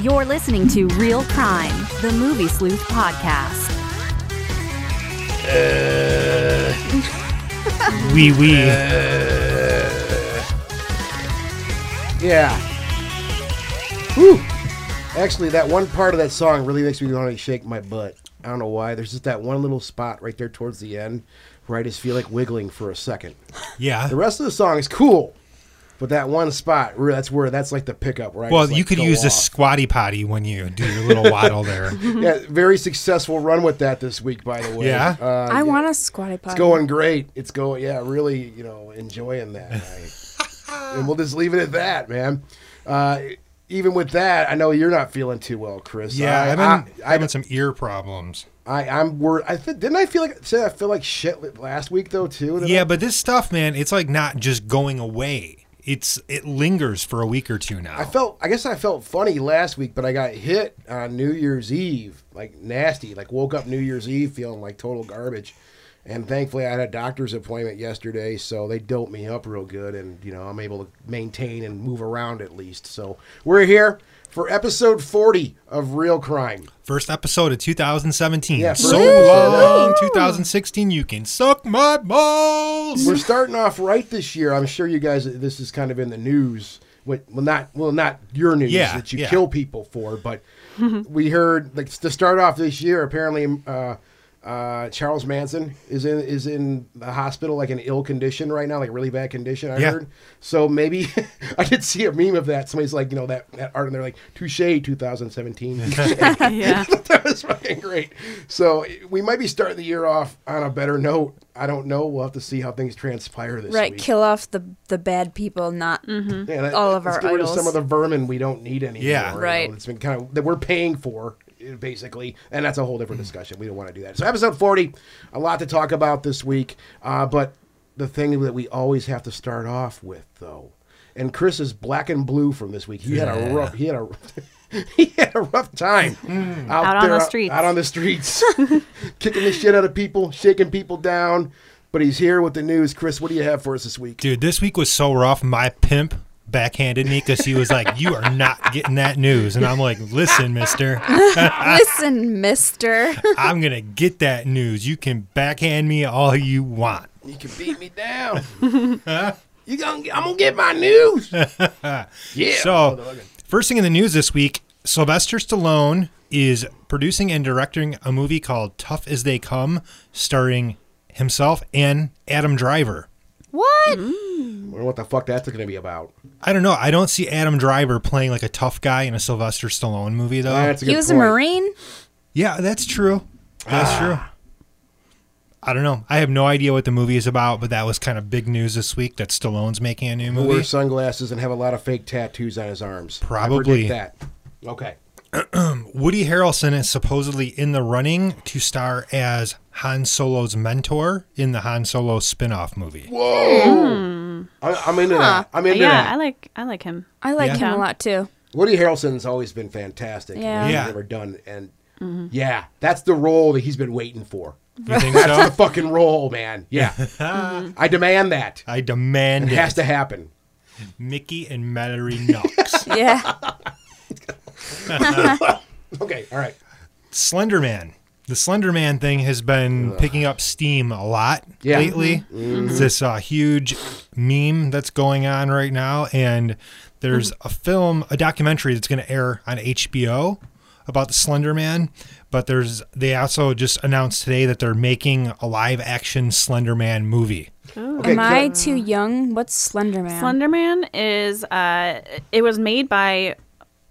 You're listening to Real Crime, the Movie Sleuth podcast. Wee wee. Yeah. Whew. Actually, that one part of that song really makes me want to shake my butt. I don't know why. There's just that one little spot right there towards the end where I just feel like wiggling for a second. The yeah. rest of the song is cool, but that one spot, where- that's where that's like the pickup, right? Well, you could use a squatty potty when you do your little waddle there. yeah, very successful run with that this week, by the way. Yeah? Uh, I want a squatty potty. It's going great. It's going, yeah, really, you know, enjoying that. I- and we'll just leave it at that, man. Uh, even with that, I know you're not feeling too well, Chris. Yeah, I've been I, I, having some ear problems. I, I, am worried. I th- didn't I feel like say I feel like shit li- last week though too. Didn't Yeah, I? but this stuff, man, it's like not just going away. It's it lingers for a week or two now. I felt. I guess I felt funny last week, but I got hit on New Year's Eve, like nasty. Like woke up New Year's Eve feeling like total garbage, and thankfully I had a doctor's appointment yesterday, so they doped me up real good, and you know I'm able to maintain and move around at least. So we're here for episode 40 of Real Crime. First episode of 2017. Yeah, first so episode. long, 2016. You can suck my balls. We're starting off right this year. I'm sure you guys. This is kind of in the news. What, well, not well, not your news Yeah, that you yeah. kill people for, but we heard like to start off this year. Apparently, uh, uh, Charles Manson is in is in the hospital, like in ill condition right now, like really bad condition. I Yeah. heard. So maybe I did see a meme of that. Somebody's like, you know, that that art, and they're like, "Touche, 2017." yeah. that was fucking great. So we might be starting the year off on a better note. I don't know. We'll have to see how things transpire this right, week. kill off the the bad people, not Mm-hmm. Yeah, that- Mm-hmm. all of let's our get rid of idols. some of the vermin we don't need anymore. Yeah. you know, Right. it's been kind of that we're paying for eh, basically, and that's a whole different discussion. We don't want to do that. So episode forty, a lot to talk about this week. Uh, but the thing that we always have to start off with, though, and Chris is black and blue from this week. He had a rough. He had a. He had a rough time out, Out on there, uh, the streets. Out on the streets, kicking the shit out of people, shaking people down. But he's here with the news. Chris, what do you have for us this week? Dude, this week was so rough. My pimp backhanded me because he was like, "You are not getting that news," and I'm like, "Listen, Mister, Ah. Listen, Mister. I'm gonna get that news. You can backhand me all you want." You can beat me down. you gonna, I'm gonna get my news. yeah. So, first thing in the news this week, Sylvester Stallone is producing and directing a movie called Tough as They Come, starring himself and Adam Driver. What? Mm-hmm. I wonder what the fuck that's gonna be about. I don't know. I don't see Adam Driver playing like a tough guy in a Sylvester Stallone movie, though. That's a good Uh, He was point. a marine. yeah, that's true. That's true. I don't know. I have no idea what the movie is about, but that was kind of big news this week that Stallone's making a new Who movie. wears sunglasses and have a lot of fake tattoos on his arms. I Probably. predict that. Okay. Woody Harrelson is supposedly in the running to star as Han Solo's mentor in the Han Solo spin-off movie. Hmm. I, I'm into that. I'm into yeah, that. I like I like him. I like Yeah. him a lot too. Woody Harrelson's always been fantastic. in Yeah. what Mm-hmm. he's Yeah. Ever done and yeah, that's the role that he's been waiting for. You think so? Fucking role, man. Yeah. I demand that. I demand It has it. to happen. Mickey and Mallory Knox. Yeah. Okay. All right. Slender Man. The Slender Man thing has been picking up steam a lot Yeah. lately. It's this uh, huge meme that's going on right now, and there's a film, a documentary that's going to air on HBO about the Slender Man. But there's they also just announced today that they're making a live action Slender Man movie. Okay. Am I so- too young? What's Slender Man? Slenderman is uh it was made by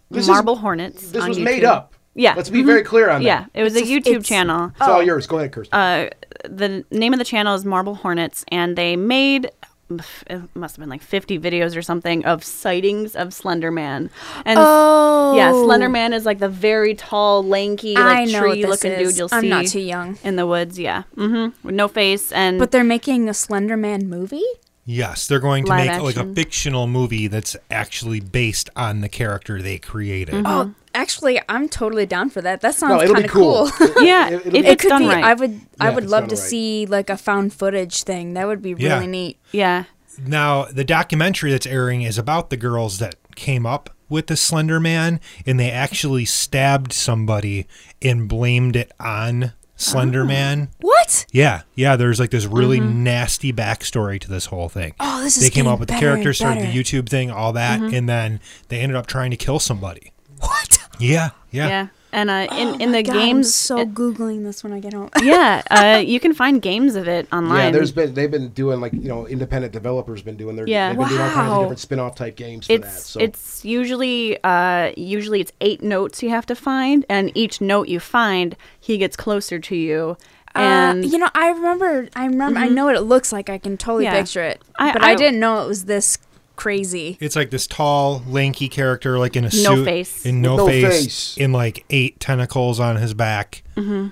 This is- Marble Hornets. this on was YouTube. made up. Yeah. Mm-hmm. Let's be very clear on that. Yeah, Oh. Uh, it was It's a just- YouTube it's- channel. It's all yours. Go ahead, Kirsten. The name of the channel is Marble Hornets and they made it must have been like 50 videos or something of sightings of Slenderman. And Oh. yeah, Slenderman is like the very tall, lanky, I like know what tree looking this is. dude you'll I'm see not too young. in the woods, yeah. Mhm. With no face and But they're making a Slender Man movie. Yes, they're going to Live make like a action. fictional movie that's actually based on the character they created. Uh-huh. Oh, actually, I'm totally down for that. That no, sounds it'll kind be of cool. cool. yeah, it- it, it'll be- it it's could done be. right. I would. I Yeah, would it's love done to right. see like a found footage thing. That would be really Yeah. neat. yeah. Now, the documentary that's airing is about the girls that came up with the Slender Man and they actually stabbed somebody and blamed it on Slender Man. Oh. What? Mm-hmm. Yeah, yeah. There's like this really nasty backstory to this whole thing. Oh, this is they came getting up with the better and character, started the better. Mm-hmm. YouTube thing, all that, and then they ended up trying to kill somebody. What? Yeah, yeah. Yeah. And uh, in, in the God, I'm games, so googling this when I get home. yeah, uh, you can find games of it online. Yeah, there's been they've been doing like you know independent developers been doing their Yeah. they've been doing all kinds of Wow. different spin-off type games for it's that. So it's usually uh, usually it's eight notes you have to find, and each note you find, he gets closer to you. And Mm-hmm. uh, you know, I remember. I remember. I know what it looks like. I can totally Yeah. picture it. I- but I- I, didn't know it was this crazy. It's like this tall, lanky character, like in a suit, face. in no, With no face, face. in like eight tentacles on his back. Mm-hmm.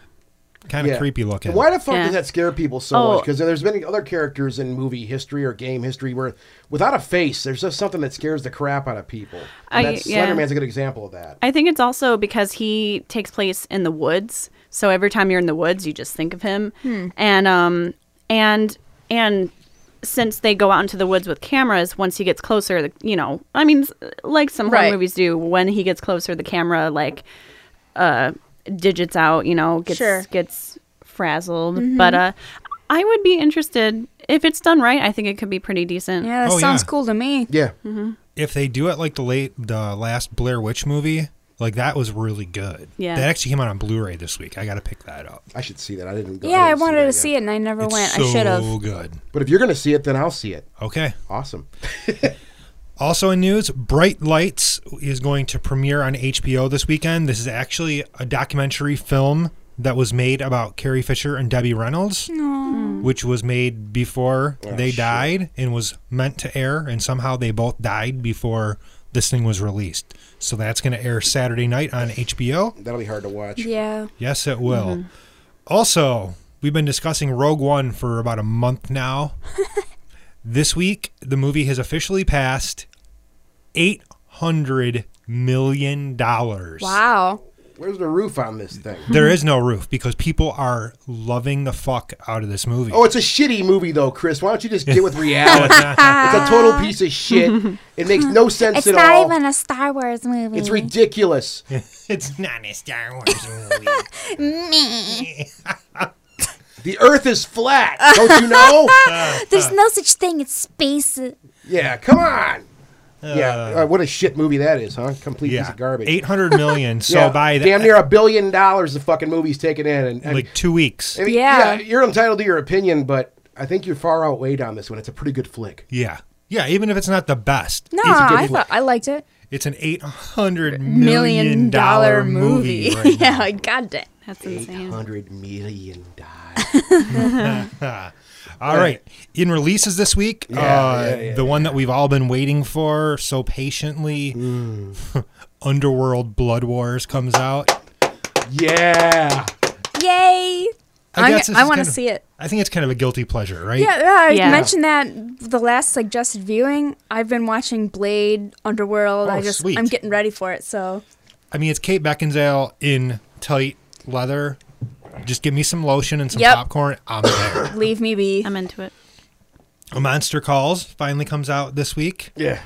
Kind of yeah. creepy looking. And why the fuck Yeah. does that scare people so Oh. much? Because there's been other characters in movie history or game history where without a face, there's just something that scares the crap out of people. And I- that's, yeah. Slenderman's a good example of that. I think it's also because he takes place in the woods. So every time you're in the woods, you just think of him. Hmm. And um and and since they go out into the woods with cameras, once he gets closer, the- you know, I mean, s- like some horror Right. movies do, when he gets closer, the camera like uh digits out, you know, gets Sure. Mm-hmm. gets frazzled. But uh I would be interested if it's done right. I think it could be pretty decent. Yeah, that Oh, sounds yeah. cool to me. yeah, if they do it like the late, the last Blair Witch movie, like that was really good. Yeah. that actually came out on Blu-ray this week. I got to pick that up. I should see that. I didn't. Go, Yeah, I didn't wanted that to yet. see it and I never it's went. so Oh, I should have. good. But if you're gonna see it, then I'll see it. Okay. Awesome. Also in news, Bright Lights is going to premiere on HBO this weekend. This is actually a documentary film that was made about Carrie Fisher and Debbie Reynolds, Mm, which was made before they died and was meant to air, and somehow they both died before this thing was released. So that's going to air Saturday night on HBO. That'll be hard to watch. Yeah. Yes, it will. Also, we've been discussing Rogue One for about a month now. this week, the movie has officially passed eight hundred million dollars. Wow. Where's the roof on this thing? There is no roof because people are loving the fuck out of this movie. Oh, it's a shitty movie though, Chris. Why don't you just get with reality? Oh, it's a total piece of shit. It makes no sense It's at not all. even a Star Wars movie. it's ridiculous. it's not a Star Wars movie. The Earth is flat. Don't you know? There's no such thing as space. yeah, come on. yeah, uh, what a shit movie that is, huh? Complete piece yeah, of garbage. eight hundred million. So yeah, by the, damn near a billion dollars, the fucking movie's taken in, and, and- like two weeks. I mean, Yeah. you're entitled to your opinion, but I think you're far outweighed on this one. It's a pretty good flick. yeah, yeah. Even if it's not the best, no, a good I flick. thought I liked it. it's an eight hundred million dollar movie. right now. yeah, god damn. That's Eight insane. hundred million dollars. All right. In releases this week, uh, yeah, yeah, the one that we've all been waiting for so patiently, Mm. Underworld Blood Wars comes out. yeah, Yay! I, guess this I is want kind to of- see it. I think it's kind of a guilty pleasure, right? Yeah, yeah, I Yeah. mentioned that the last suggested viewing. I've been watching Blade, Underworld. Oh, I just sweet. I'm getting ready for it. So I mean, it's Kate Beckinsale in tight leather. Just give me some lotion and some Yep. popcorn. I'm there. leave me be. I'm into it. a Monster Calls finally comes out this week. yeah.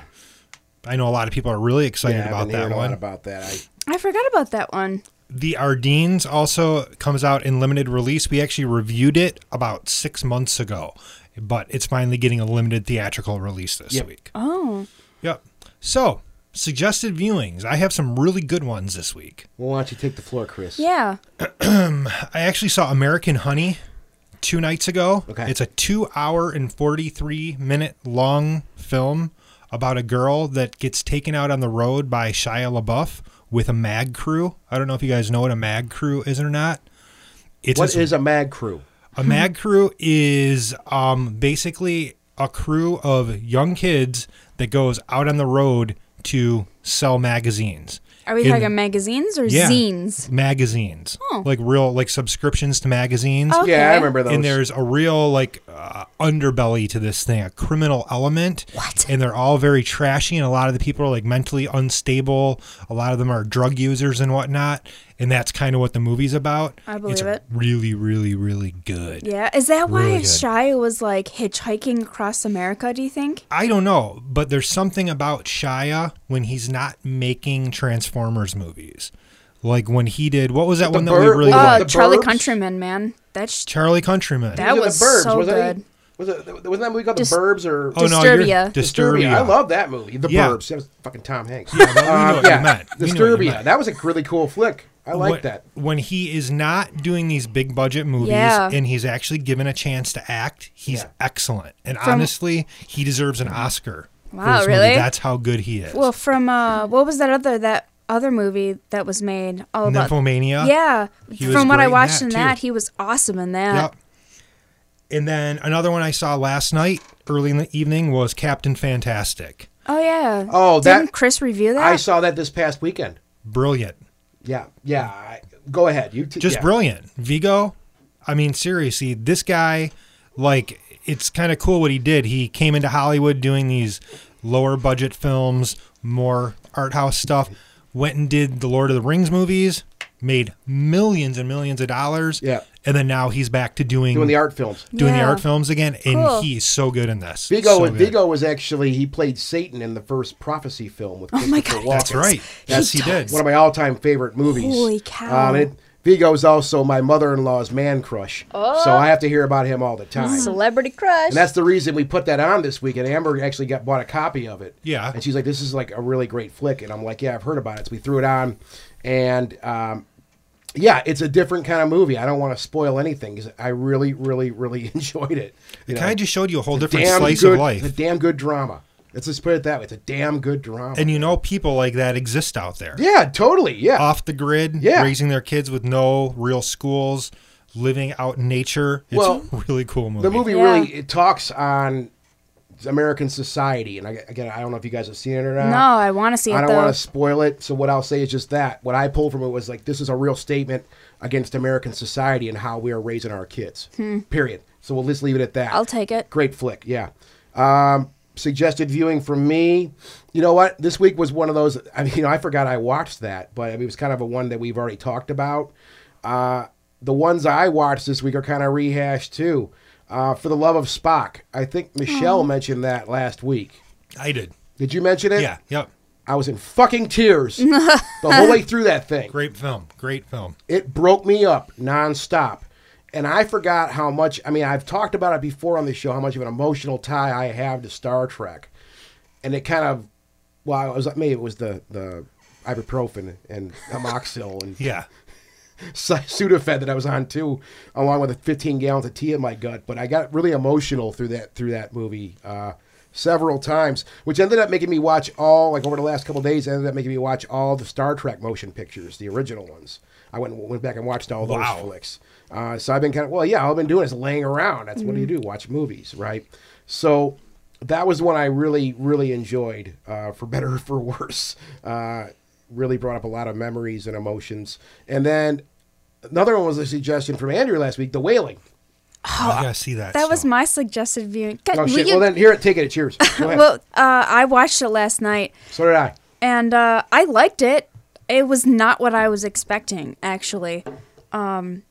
I know a lot of people are really excited Yeah, I've about been that hearing a one. lot about that. I, I forgot about that one. The Ardennes also comes out in limited release. We actually reviewed it about six months ago, but it's finally getting a limited theatrical release this Yep. week. Oh, Yep. So, suggested viewings. I have some really good ones this week. well, why don't you take the floor, Chris? yeah. I actually saw American Honey two nights ago. Okay. It's a two hour and 43 minute long film about a girl that gets taken out on the road by Shia LaBeouf with a mag crew. I don't know if you guys know what a mag crew is or not. It's What this is a mag crew? A mag crew is um, basically a crew of young kids that goes out on the road to sell magazines. Are we In- talking magazines or Yeah. zines? Magazines, like real, like subscriptions to magazines. Okay. Yeah, I remember those. And there's a real like uh, underbelly to this thing, a criminal element. What? And they're all very trashy, and a lot of the people are like mentally unstable. A lot of them are drug users and whatnot. And that's kind of what the movie's about. I believe it's it. Really, really, really good. Yeah, is that why Really good. Shia was like hitchhiking across America? Do you think? I don't know, but there's something about Shia when he's not making Transformers movies. Like when he did, what was that The one that bird- we really Oh, Uh, liked? the Charlie Burbs? Countryman, man. That's Charlie Countryman. That These are was the Burbs, so wasn't good. It? Was it wasn't that movie called Just- The Burbs or oh no, you're- Disturbia. Disturbia. I love that movie, The Yeah. Burbs. That was fucking Tom Hanks. but we know Um, what you meant. We know what you Disturbia. meant. That was a really cool flick. I like when, that. When he is not doing these big budget movies Yeah. and he's actually given a chance to act, he's Yeah. excellent. And honestly, he deserves an Oscar. for Wow, this movie. really? That's how good he is. Well, from uh, what was that other that other movie that was made all about? Nymphomania. Yeah, He was from what great I in watched that, in too. that, he was awesome in that. Yep. And then another one I saw last night, early in the evening, was Captain Fantastic. Oh yeah. Oh, that- didn't Chris review that? I saw that this past weekend. Brilliant. Yeah, yeah. I, go ahead. You t- Just yeah. brilliant. Vigo, I mean, seriously, this guy, like, it's kind of cool what he did. He came into Hollywood doing these lower budget films, more art house stuff, went and did the Lord of the Rings movies, made millions and millions of dollars. Yeah. And then now he's back to doing, Doing the art films. doing the Yeah. art films again. And Cool. he's so good in this. Vigo, So good. Vigo was actually he played Satan in the first prophecy film with Christopher Oh my God, Walken. That's right. Yes, he, did. One of my all-time favorite movies. Holy cow. Um, it, Vigo's also my mother-in-law's man crush, so I have to hear about him all the time. Oh. Mm. Celebrity Crush. And that's the reason we put that on this week. And Amber actually got bought a copy of it. Yeah. And she's like, "This is like a really great flick." And I'm like, "Yeah, I've heard about it." So we threw it on, and um, yeah, it's a different kind of movie. I don't want to spoil anything because I really, really, really enjoyed it. You It know, kind of just showed you a whole different damn slice good- of It's a life. damn good drama. Let's just put it that way. It's a damn good drama. And you know, people like that exist out there. yeah, totally. Yeah. off the grid, Yeah. raising their kids with no real schools, living out in nature. It's Well, a really cool movie. the movie Yeah. really it talks on American society, and I, again, I don't know if you guys have seen it or not. no, I want to see it I don't though. want to spoil it. So what I'll say is just that. What I pulled from it was like this is a real statement against American society and how we are raising our kids. Period. So we'll just leave it at that. Hmm. I'll take it. Great flick. Yeah. Um, suggested viewing from me. You know what? This week was one of those. I mean, you know, I forgot I watched that, but I mean, it was kind of a one that we've already talked about. Uh, the ones I watched this week are kind of rehashed too. Uh, For the love of Spock, I think Michelle mentioned that last week. I did. Did you mention it? Yeah. Yep. I was in fucking tears the whole way through that thing. Great film. Great film. It broke me up nonstop. And I forgot how much, I mean, I've talked about it before on the show, how much of an emotional tie I have to Star Trek. And it kind of, well, it was, maybe it was the, the ibuprofen and amoxil and Yeah. Su- Sudafed that I was on too, along with the 15 gallons of tea in my gut. But I got really emotional through that through that movie uh, several times, which ended up making me watch all like over the last couple of days. Ended up making me watch all the Star Trek motion pictures, the original ones. I went went back and watched all those Wow. flicks. Uh, so I've been kind of well, yeah. All I've been doing is laying around. That's what do you Mm-hmm. do? Watch movies, right? So. That was one I really, really enjoyed, uh, for better or for worse. Uh, really brought up a lot of memories and emotions. And then another one was a suggestion from Andrew last week, The Wailing. I gotta see that. Oh, that was still. my suggested viewing. God, Oh will shit! you- Well then, here, take it. Cheers. Go ahead. well, uh, I watched it last night. so did I. and uh, I liked it. It was not what I was expecting, actually. Um,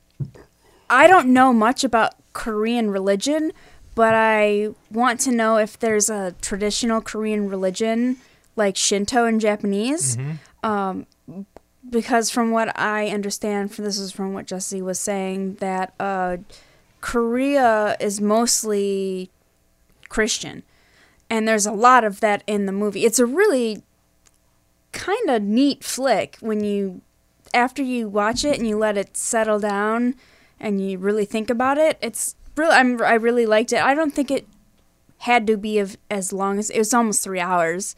I don't know much about Korean religion, but I want to know if there's a traditional Korean religion like Shinto and Japanese. Um, because from what I understand, from this is from what Jesse was saying, that uh, Korea is mostly Christian. And there's a lot of that in the movie. It's a really kind of neat flick when you after you watch it and you let it settle down and you really think about it it's really I'm, i really liked it i don't think it had to be of, as long as it was almost three hours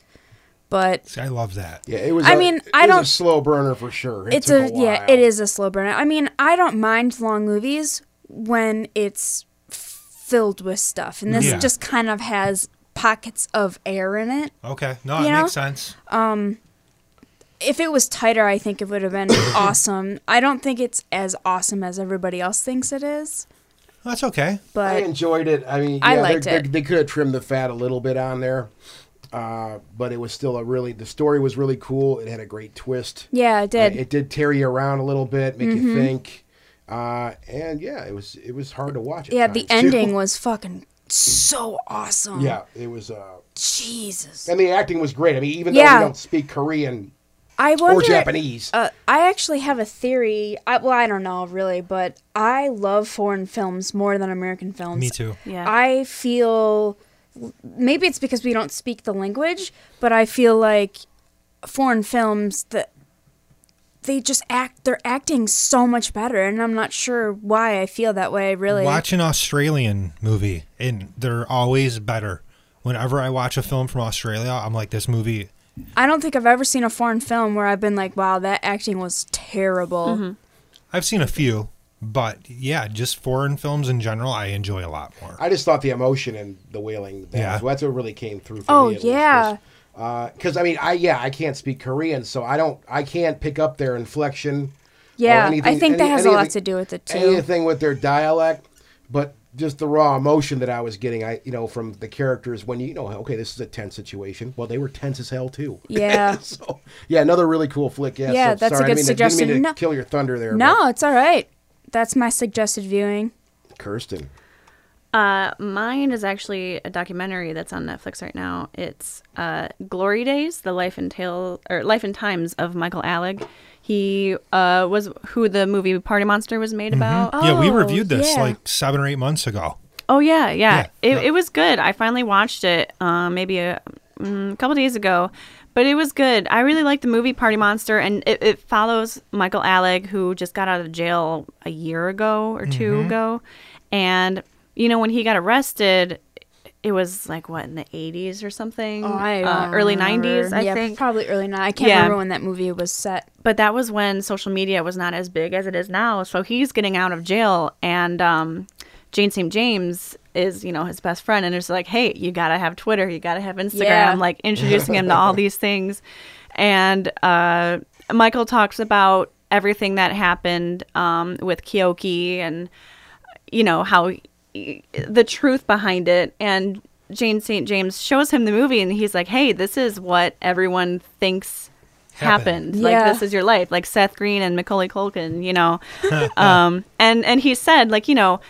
but See, I love that. Yeah, it was. I a- mean, it I was a don't- slow burner for sure. It it's took a, a, yeah while. it is a slow burn i mean i don't mind long movies when it's f- filled with stuff and this Yeah. just kind of has pockets of air in it Okay. No, it You know? makes sense. if it was tighter, I think it would have been awesome. I don't think it's as awesome as everybody else thinks it is. That's okay. But I enjoyed it. I mean, I yeah, liked they're- it. They, they could have trimmed the fat a little bit on there, uh, but it was still a really. The story was really cool. It had a great twist. yeah, it did. Mm-hmm. Uh, It did tear you around a little bit, make you think. Uh, and yeah, it was it was hard to watch. at yeah, the times, too. ending was fucking so awesome. Yeah, it was. Uh, Jesus. and the acting was great. I mean, even though Yeah. we don't speak Korean I wonder. or Japanese, Uh, I actually have a theory. I, well, I don't know really, but I love foreign films more than American films. Me too. Yeah. I feel maybe it's because we don't speak the language, but I feel like foreign films that they just act they're acting so much better and I'm not sure why I feel that way really. Watch an Australian movie, and they're always better. Whenever I watch a film from Australia, I'm like, this movie. I don't think I've ever seen a foreign film where I've been like, wow, that acting was terrible. I've seen a few, but yeah, just foreign films in general, I enjoy a lot more. I just thought the emotion and the wailing. That Yeah. was, that's what really came through. for Oh, me, at least, yeah. was, Because I mean, I yeah, I can't speak Korean, so I don't, I can't pick up their inflection. or Yeah, I anything- think that any- has a any of lot the- to do with it, too. Anything with their dialect, but just the raw emotion that I was getting, I you know, from the characters when you, you know, okay, this is a tense situation. Well, they were tense as hell too. Yeah. so yeah, another really cool flick. Yeah, Yeah, so, that's sorry, a I mean, good I didn't mean suggestion. to No. kill your thunder there. No, it's all right. That's my suggested viewing. but Kirsten. Uh, mine is actually a documentary that's on Netflix right now. It's uh, Glory Days: The Life and Tale or Life and Times of Michael Alec. He uh, was who the movie Party Monster was made about. Mm-hmm. yeah, we Oh, reviewed this yeah. like seven or eight months ago. Oh yeah, yeah. Yeah, it, yeah. it was good. I finally watched it uh, maybe a mm, couple days ago, but it was good. I really liked the movie Party Monster, and it, it follows Michael Alec, who just got out of jail a year ago or 2 ago, and you know when he got arrested. It was like what in the 80s or something, Oh, uh, early 90s, I um, yeah, think. probably early 90s. I can't Yeah. remember when that movie was set. But that was when social media was not as big as it is now. So he's getting out of jail, and um, Jane St. James is, you know, his best friend, and it's like, hey, you gotta have Twitter, you gotta have Instagram, Yeah. like introducing him to all these things. And uh, Michael talks about everything that happened um, with Kyoki and you know how the truth behind it and jane st james shows him the movie and he's like hey this is what everyone thinks happened, Happened. like Yeah. this is your life like seth green and macaulay culkin you know um and and he said like you know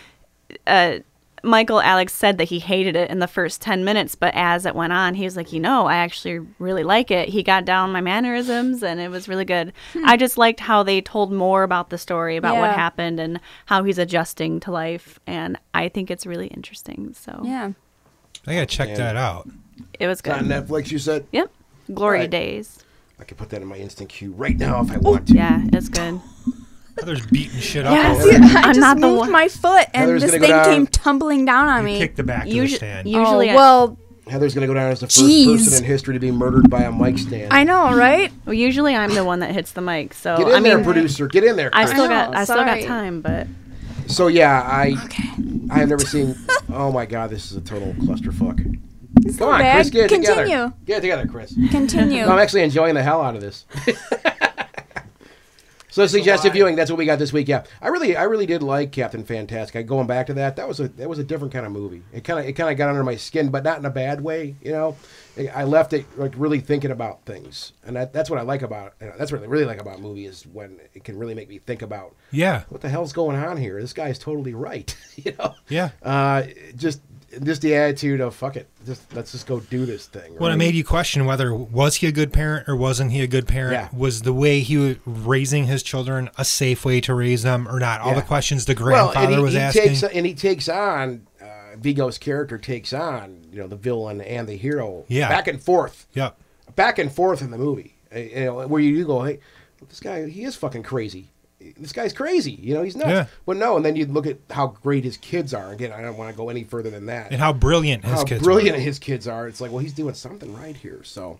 uh Michael Alex said that he hated it in the first 10 minutes, but as it went on, he was like, You know, I actually really like it. He got down my mannerisms and it was really good. I just liked how they told more about the story, about Hmm. what Yeah. happened and how he's adjusting to life. And I think it's really interesting. So Yeah. I gotta check that out. it was On good. Netflix, you said Yep. Glory Right. days. I could put that in my instant queue right now if I Oh, want to. Yeah, it's good. Heather's beating shit up. Yes. over there. I I'm just not the moved one- my foot and Heather's this gonna go thing down. came tumbling down on me. Kick the back of the Usually, stand. usually oh, I- well, Heather's gonna go down as the first Jeez. person in history to be murdered by a mic stand. I know, right? well, usually I'm the one that hits the mic. So Get in I there, mean, producer. Get in there. I Chris. still know, got I still got Oh, sorry. time, but so yeah, I Okay. I have never seen. Oh my god, this is a total clusterfuck. Come on, bad. Chris, get it Continue. together. Get it together, Chris. Continue. No, I'm actually enjoying the hell out of this. so suggested viewing. That's what we got this week. Yeah, I really, I really did like Captain Fantastic. I, going back to that, that was a that was a different kind of movie. It kind of it kind of got under my skin, but not in a bad way. You know, I I left it like really thinking about things, and that, that's what I like about that's what I really like about movie is when it can really make me think about Yeah, what the hell's going on here. This guy's totally right. you know, yeah. uh, just just the attitude of fuck it, just let's just go do this thing. When it right? made you question whether was he a good parent or wasn't he a good parent, Yeah. was the way he was raising his children a safe way to raise them or not? All Yeah. the questions the Well, grandfather and he, was he asking. takes and he takes on uh, Vigo's character takes on you know the villain and the hero Yeah. back and forth yep. back and forth in the movie Uh, you know where you do go hey this guy he is fucking crazy this guy's crazy you know he's nuts Yeah. but no and then you look at how great his kids are again I don't want to go any further than that And how brilliant his how kids brilliant were. his kids are. It's like, well, he's doing something right here. So,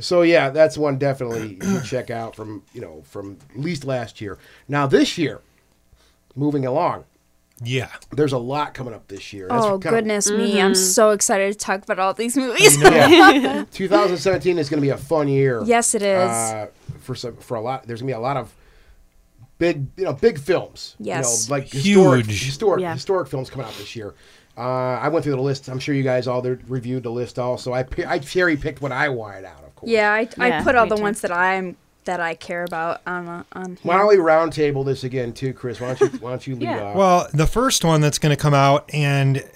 so yeah, that's one definitely you should check out from you know from at least last year. Now this year, moving along, Yeah. there's a lot coming up this year. That's oh, kind of- goodness me. Mm-hmm. I'm so excited to talk about all these movies. Yeah. 2017 is going to be a fun year. Yes, it is. Uh, for some, for a lot, there's going to be a lot of big you know big films. Yes. You know, like historic, Huge. historic Yeah. historic films coming out this year. Uh, I went through the list. I'm sure you guys all there reviewed the list also. I pi- I cherry picked what I wanted out, of course. Yeah, I, I Yeah, put all me the too. ones that I'm that I care about on uh, on. Why don't we roundtable this again too, Chris? Why don't you why don't you lead Yeah. off? Well, the first one that's going to come out, and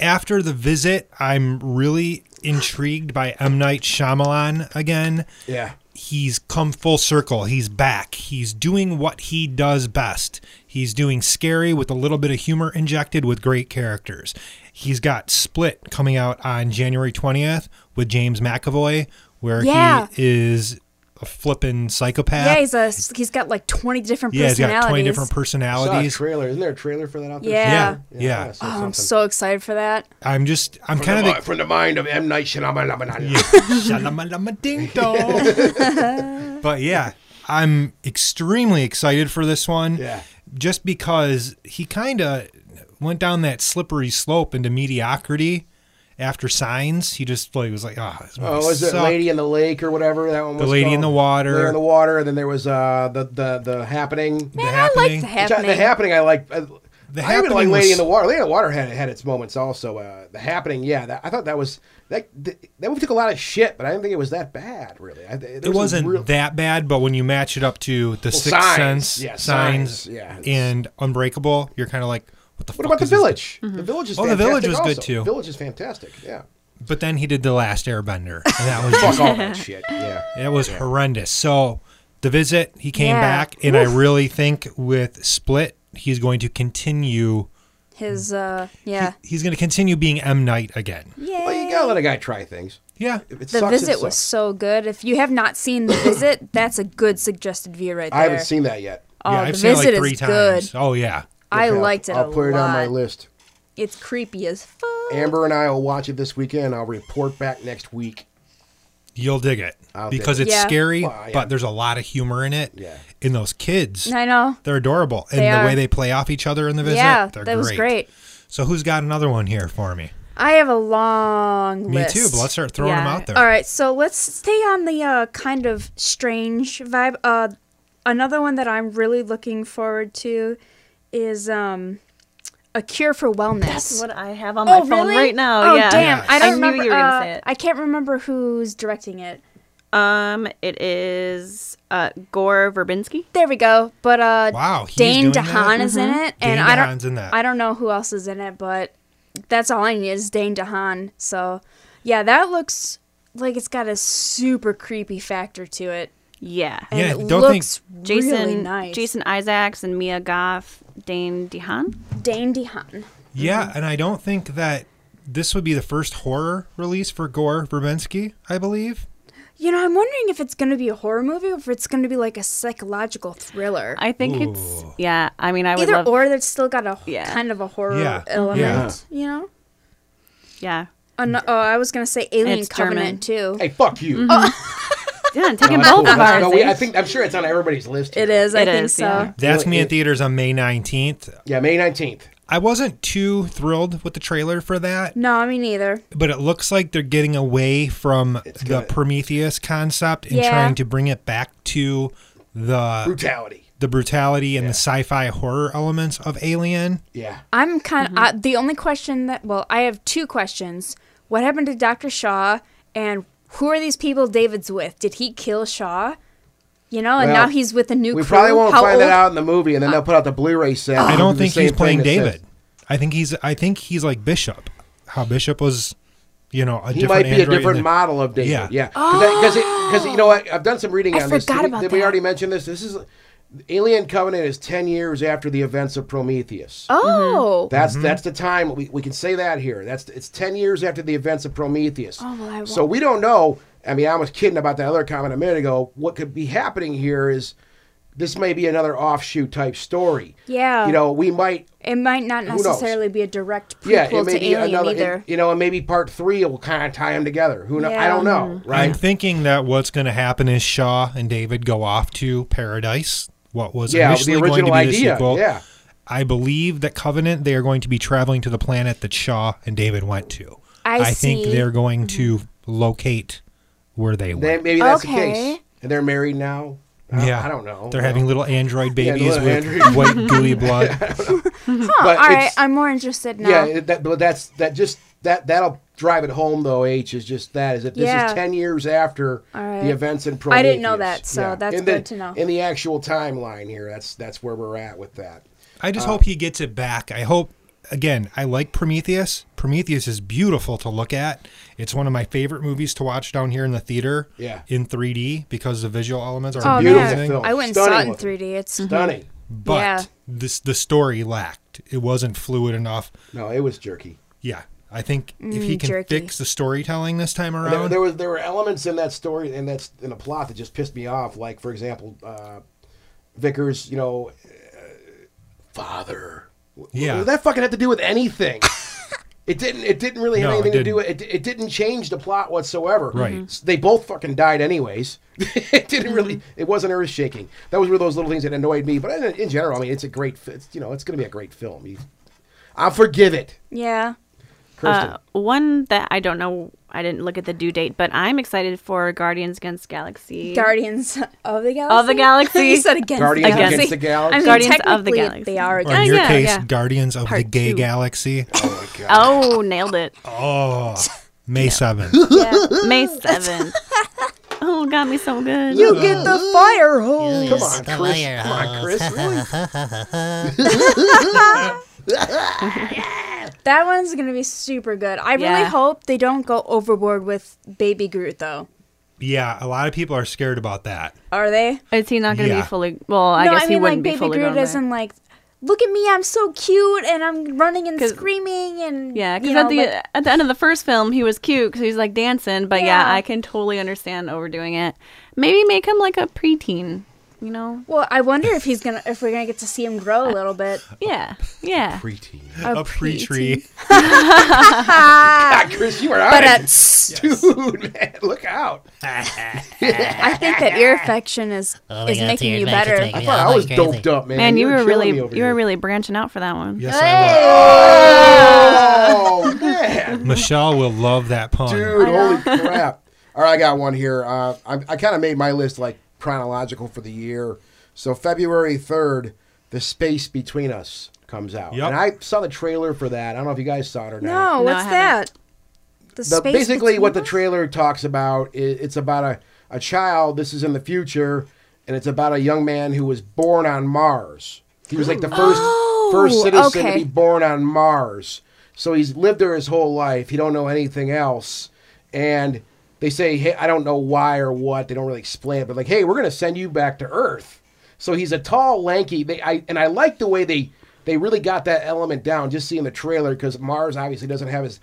after the visit, I'm really intrigued by M. Night Shyamalan again. yeah. He's come full circle. He's back. He's doing what he does best. He's doing scary with a little bit of humor injected with great characters. He's got Split coming out on January 20th with James McAvoy, where Yeah. he is a flippin' psychopath. Yeah, he's a he's got like twenty different yeah, he's personalities. got 20 different I saw a personalities. trailer. Isn't there a trailer for that out there? Yeah. Yeah. I Yeah. saw Oh, I'm something. so excited for that. I'm just, I'm from, kind the, of mi- from the mind of M Night Shyamalan. Shalamalama ding dong. but yeah, I'm extremely excited for this one. Yeah. Just because he kind of went down that slippery slope into mediocrity after signs. He just like was like, ah, this movie Oh, was it sucked." Lady in the Lake or whatever that one was? The Lady in called? the Water. Lady in the Water, and then there was uh, the the the happening. The Man, I happening. like the Which I- happening. the happening, I like. I, the I even Happening like Lady was- in the Water. Lady in the Water had had its moments also. Uh, the happening, yeah, that, I thought that was that th- that movie took a lot of shit, but I didn't think it was that bad really. I, there it was wasn't real, that bad, but when you match it up to the Sixth Signs. Sense, Yeah, signs, Signs. Yeah, it's- and Unbreakable, you're kind of like, what the What fuck about the is this? Village? Mm-hmm. The Village is Oh, The fantastic Village was good, also. too. Village is fantastic. Yeah, But then he did the Last Airbender, and that was just fuck all that shit. Yeah. It was horrendous. So the visit, he came Yeah. back, and I really think with Split, he's going to continue. His uh, yeah, He's going to continue being M Night again. Well, you gotta let a guy try things. Yeah, If it the sucks, it visit was sucks. so good. If you have not seen the visit, that's a good suggested view right there. I haven't seen that yet. Oh, yeah. the visit is good. Oh yeah, I Okay, I'll- liked it. I'll a put it on my lot. list. It's creepy as fuck. Amber and I will watch it this weekend. I'll report back next week. you'll dig it I'll dig because it. it's Yeah. scary, Well, yeah. but there's a lot of humor in it. Yeah. in those kids, I know. they're adorable, and They the way are. they play off each other in the visit, yeah, they're that was great. So who's got another one here for me? I have a long list. Me too. But let's start throwing them Yeah. out there. All right, so let's stay on the uh, kind of strange vibe. Uh, another one that I'm really looking forward to is um, a cure for wellness. That's what I have on my phone right now. Oh, yeah. damn! I don't knew remember. you were gonna uh, say it. I can't remember who's directing it. Um, it is uh Gore Verbinski. There we go. But uh, Wow, he's Dane doing that? DeHaan is in Mm-hmm. it, Dane and I don't. DeHaan's in that. I don't know who else is in it, but that's all I need is Dane DeHaan. So, yeah, that looks like it's got a super creepy factor to it. Yeah. And Yeah, it don't think- looks Jason really nice. Jason Isaacs and Mia Goth, Dane DeHaan. Dane DeHaan. Mm-hmm. Yeah, and I don't think that this would be the first horror release for Gore Verbinski, I believe. You know, I'm wondering if it's going to be a horror movie or if it's going to be like a psychological thriller. I think it's yeah. I mean, I would Either love or, that's still got a h- Yeah. kind of a horror Yeah, element. You know. yeah. An- oh, I was gonna say Alien It's Covenant too. Hey, fuck Mm-hmm. you. Yeah, taking Uh, No, that's both cool. of ours. No, we- I eh? think I'm sure it's on everybody's list. It here. is. I It think is, so. yeah. That's Yeah, me it- in theaters on May 19th. Yeah, May 19th. I wasn't too thrilled with the trailer for that, No, me neither. but it looks like they're getting away from the gonna- Prometheus concept and Yeah. trying to bring it back to the Brutality. the brutality and the sci-fi horror elements of Alien. Yeah. I'm kind Mm-hmm. of uh, the only question that. Well, I have two questions. What happened to Doctor Shaw? And who are these people David's with? Did he kill Shaw? You know, Oh, and Well, now he's with a new. We crew. probably won't How find that old- out in the movie, and then they'll put out the Blu-ray set. I It'll don't do the think same he's thing playing that says- David. I think he's I think he's like Bishop. How Bishop was, you know, a He different might be a android in different the- model of David. Yeah. Yeah. Because because you know what? I've done some reading I on this. Did forgot we- about did we that. already mention this? This is Alien Covenant is 10 years after the events of Prometheus. Mm-hmm. Oh, That's Mm-hmm. that's the time we, we can say that here. That's it's ten years after the events of Prometheus. Oh, well, I so we don't know. I mean, I was kidding about that other comment a minute ago. What could be happening here is this may be another offshoot type story. Yeah. You know, we might. it might not knows? necessarily be a direct prequel Yeah, it may to be Alien another. either. it- you know, and maybe part three will kind of tie them together. Who knows? I don't Yeah. Mm-hmm. know. I'm Right. thinking that what's going to happen is Shaw and David go off to Paradise. What was Yeah, the initially going to original be the idea, sequel? yeah. I believe that Covenant they are going to be traveling to the planet that Shaw and David went to. I think see. they're Mm-hmm. going to locate where they Then went. maybe that's Okay. the case. And they're married now. I- yeah, I don't know. They're You having know. little android babies little with android- white gooey blood. Huh, But all right, it's- I'm more interested now. Yeah, it- that, but that's that just that that'll drive it home though. H is just that is that this Yeah. is ten years after right. the events in Prometheus. I didn't know that, so that's In the- good to know. In the actual timeline here, that's that's where we're at with that. I Uh, just hope he gets it back. I hope again. I like Prometheus. Prometheus is beautiful to look at. It's one of my favorite movies to watch down here in the theater. Yeah. in 3D because the visual elements are oh beautiful man, film. I went and Stunning saw it in looking. 3D. It's Mm-hmm. Stunning. but yeah. this the story lacked. It wasn't fluid enough. No, it was jerky. Yeah, I think if he can jerky. fix the storytelling this time around, There, there was there were elements in that story and that's in the plot that just pissed me off. Like for example, uh, Vickers, you know, uh, father. W- Yeah. what did that fucking have to do with anything? it didn't. It didn't really have No, it anything to do. didn't. with It it didn't change the plot whatsoever. Right. Mhm. S- They both fucking died anyways. it didn't really. Mm-hmm. It wasn't earth shaking. That was one of those little things that annoyed me. But in, in general, I mean, it's a great. fi- It's, you know, it's going to be a great film. You, I'll forgive it, Yeah. Kirsten. Uh, one that I don't know, I didn't look at the due date, but I'm excited for Guardians Against Galaxy. Guardians of the Galaxy. Of the Galaxy. you said against Guardians the Against Galaxy. the Galaxy. I mean, Guardians of the technically, Galaxy. They are or in against. your yeah, case, yeah. Guardians of the Part Gay two. Galaxy. oh my god. oh, nailed it. May seventh. May 7th. oh, got me so good. You get the fire hose. Come on, Chris. Come on, Chris. Really? That one's gonna be super good. I really Yeah. hope they don't go overboard with Baby Groot though. yeah, a lot of people are scared about that. Are they? Is he not going to Yeah. be fully? Well, I no, I guess he mean wouldn't like be Baby fully Groot grown. isn't like, look at me, I'm so cute and I'm running and 'Cause- screaming and yeah, because you at know, the like- at the end of the first film, he was cute because he was like dancing. But yeah. Yeah. I can totally understand overdoing it. Maybe make him like a preteen. You know? well, I wonder if he's gonna if we're gonna get to see him grow a little bit. Yeah, yeah. Preteen. A, pre-tree. God, Chris, you are out But uh, of that's, dude, man. Look out. I think that ear affection is Oh is making you better. I thought I was doped up, man. Man, you were killing really me you over were here. really branching out for that one. Yes, I Oh man, will. Michelle will love that pun. dude, holy crap! All right, I got one here. Uh, I, I kind of made my list like chronological for the year. So February third, the space between us comes out, Yep. and I saw the trailer for that. I don't know if you guys saw it or not. No, No, what's that? I haven't. the, The space basically between what the us? trailer talks about is it's about a, a child this is in the future and it's about a young man who was born on mars he was like the first first citizen Oh, okay. to be born on mars so he's lived there his whole life he don't know anything else and they say hey i don't know why or what they don't really explain it but like hey we're going to send you back to earth so he's a tall, lanky. They, I, and I like the way they they really got that element down. Just seeing the trailer because Mars obviously doesn't have as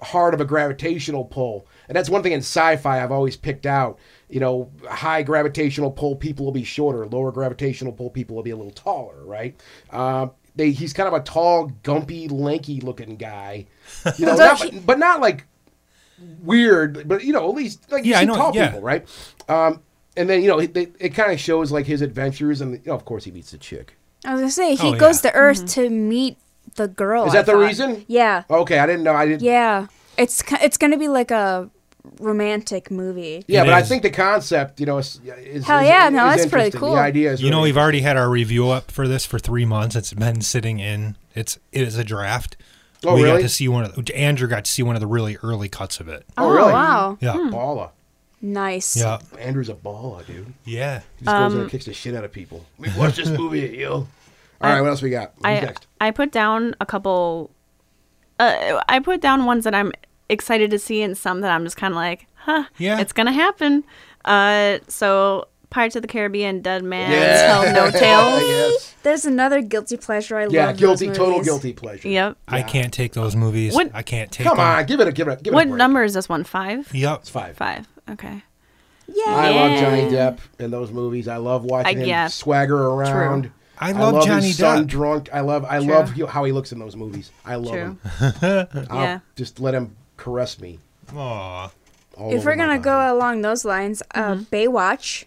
hard of a gravitational pull, and that's one thing in sci-fi I've always picked out. You know, high gravitational pull people will be shorter, lower gravitational pull people will be a little taller, right? Uh, they, he's kind of a tall, gumpy, lanky-looking guy, you know, not- but not like weird, but you know, at least like you Yeah, I see know, tall yeah. people, right? Um, and then you know, it, it, kind of shows like his adventures, and you know, of course, he meets the chick. I was gonna say he Oh, goes yeah. to Earth to meet the girl. Is I that the thought. reason? Yeah, Okay, I didn't know. I didn't. Yeah, yeah. It's ki- it's gonna be like a romantic movie. It but I is. think the concept, you know, is, is Hell is- yeah, no, is that's pretty interesting. cool. The idea is, You know, really- we've already had our review up for this for three months. It's been sitting in. It's it is a draft. Oh, we got really? to see one of the, Andrew got to see one of the really early cuts of it. Oh, really? wow, Yeah, Baller. nice. yeah, Andrew's a baller, dude. yeah. He just goes in and kicks the shit out of people. I mean, watch this movie, yo. All right, what else we got? Who's I next? I put down a couple. Uh, I put down ones that I'm excited to see and some that I'm just kind of like, huh, Yeah. it's gonna happen. Uh, so Pirates of the Caribbean, Dead Man Yeah. Tell No Tales. yes. There's another guilty pleasure I Yeah, love. guilty, those total movies. guilty pleasure. Yep. I can't take those movies. What- I can't take Come them. on, give it a give it a give it What a break. number is this one? Five. Yep. It's five. Five. Okay. I love Yeah. Johnny Depp in those movies. I love watching I- him yeah. swagger around. I love Johnny his son Depp. drunk. I love I love he- how he looks in those movies. I love True. him. I'll yeah. just let him caress me. Aw. All If over we're Oh, my gonna body. go along those lines, uh, Baywatch.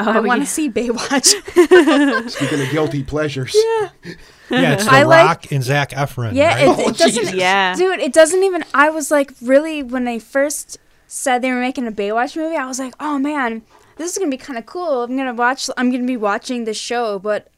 Oh, I want to see yeah. Baywatch. speaking of guilty pleasures, Yeah, it's The I like- Rock and Zach Efron. Yeah, right? it, Oh, it doesn't. Jesus. Yeah. dude, it doesn't even. I was like, really, when they first said they were making a Baywatch movie, I was like, oh man, this is gonna be kind of cool. I'm gonna watch. I'm gonna be watching this show, but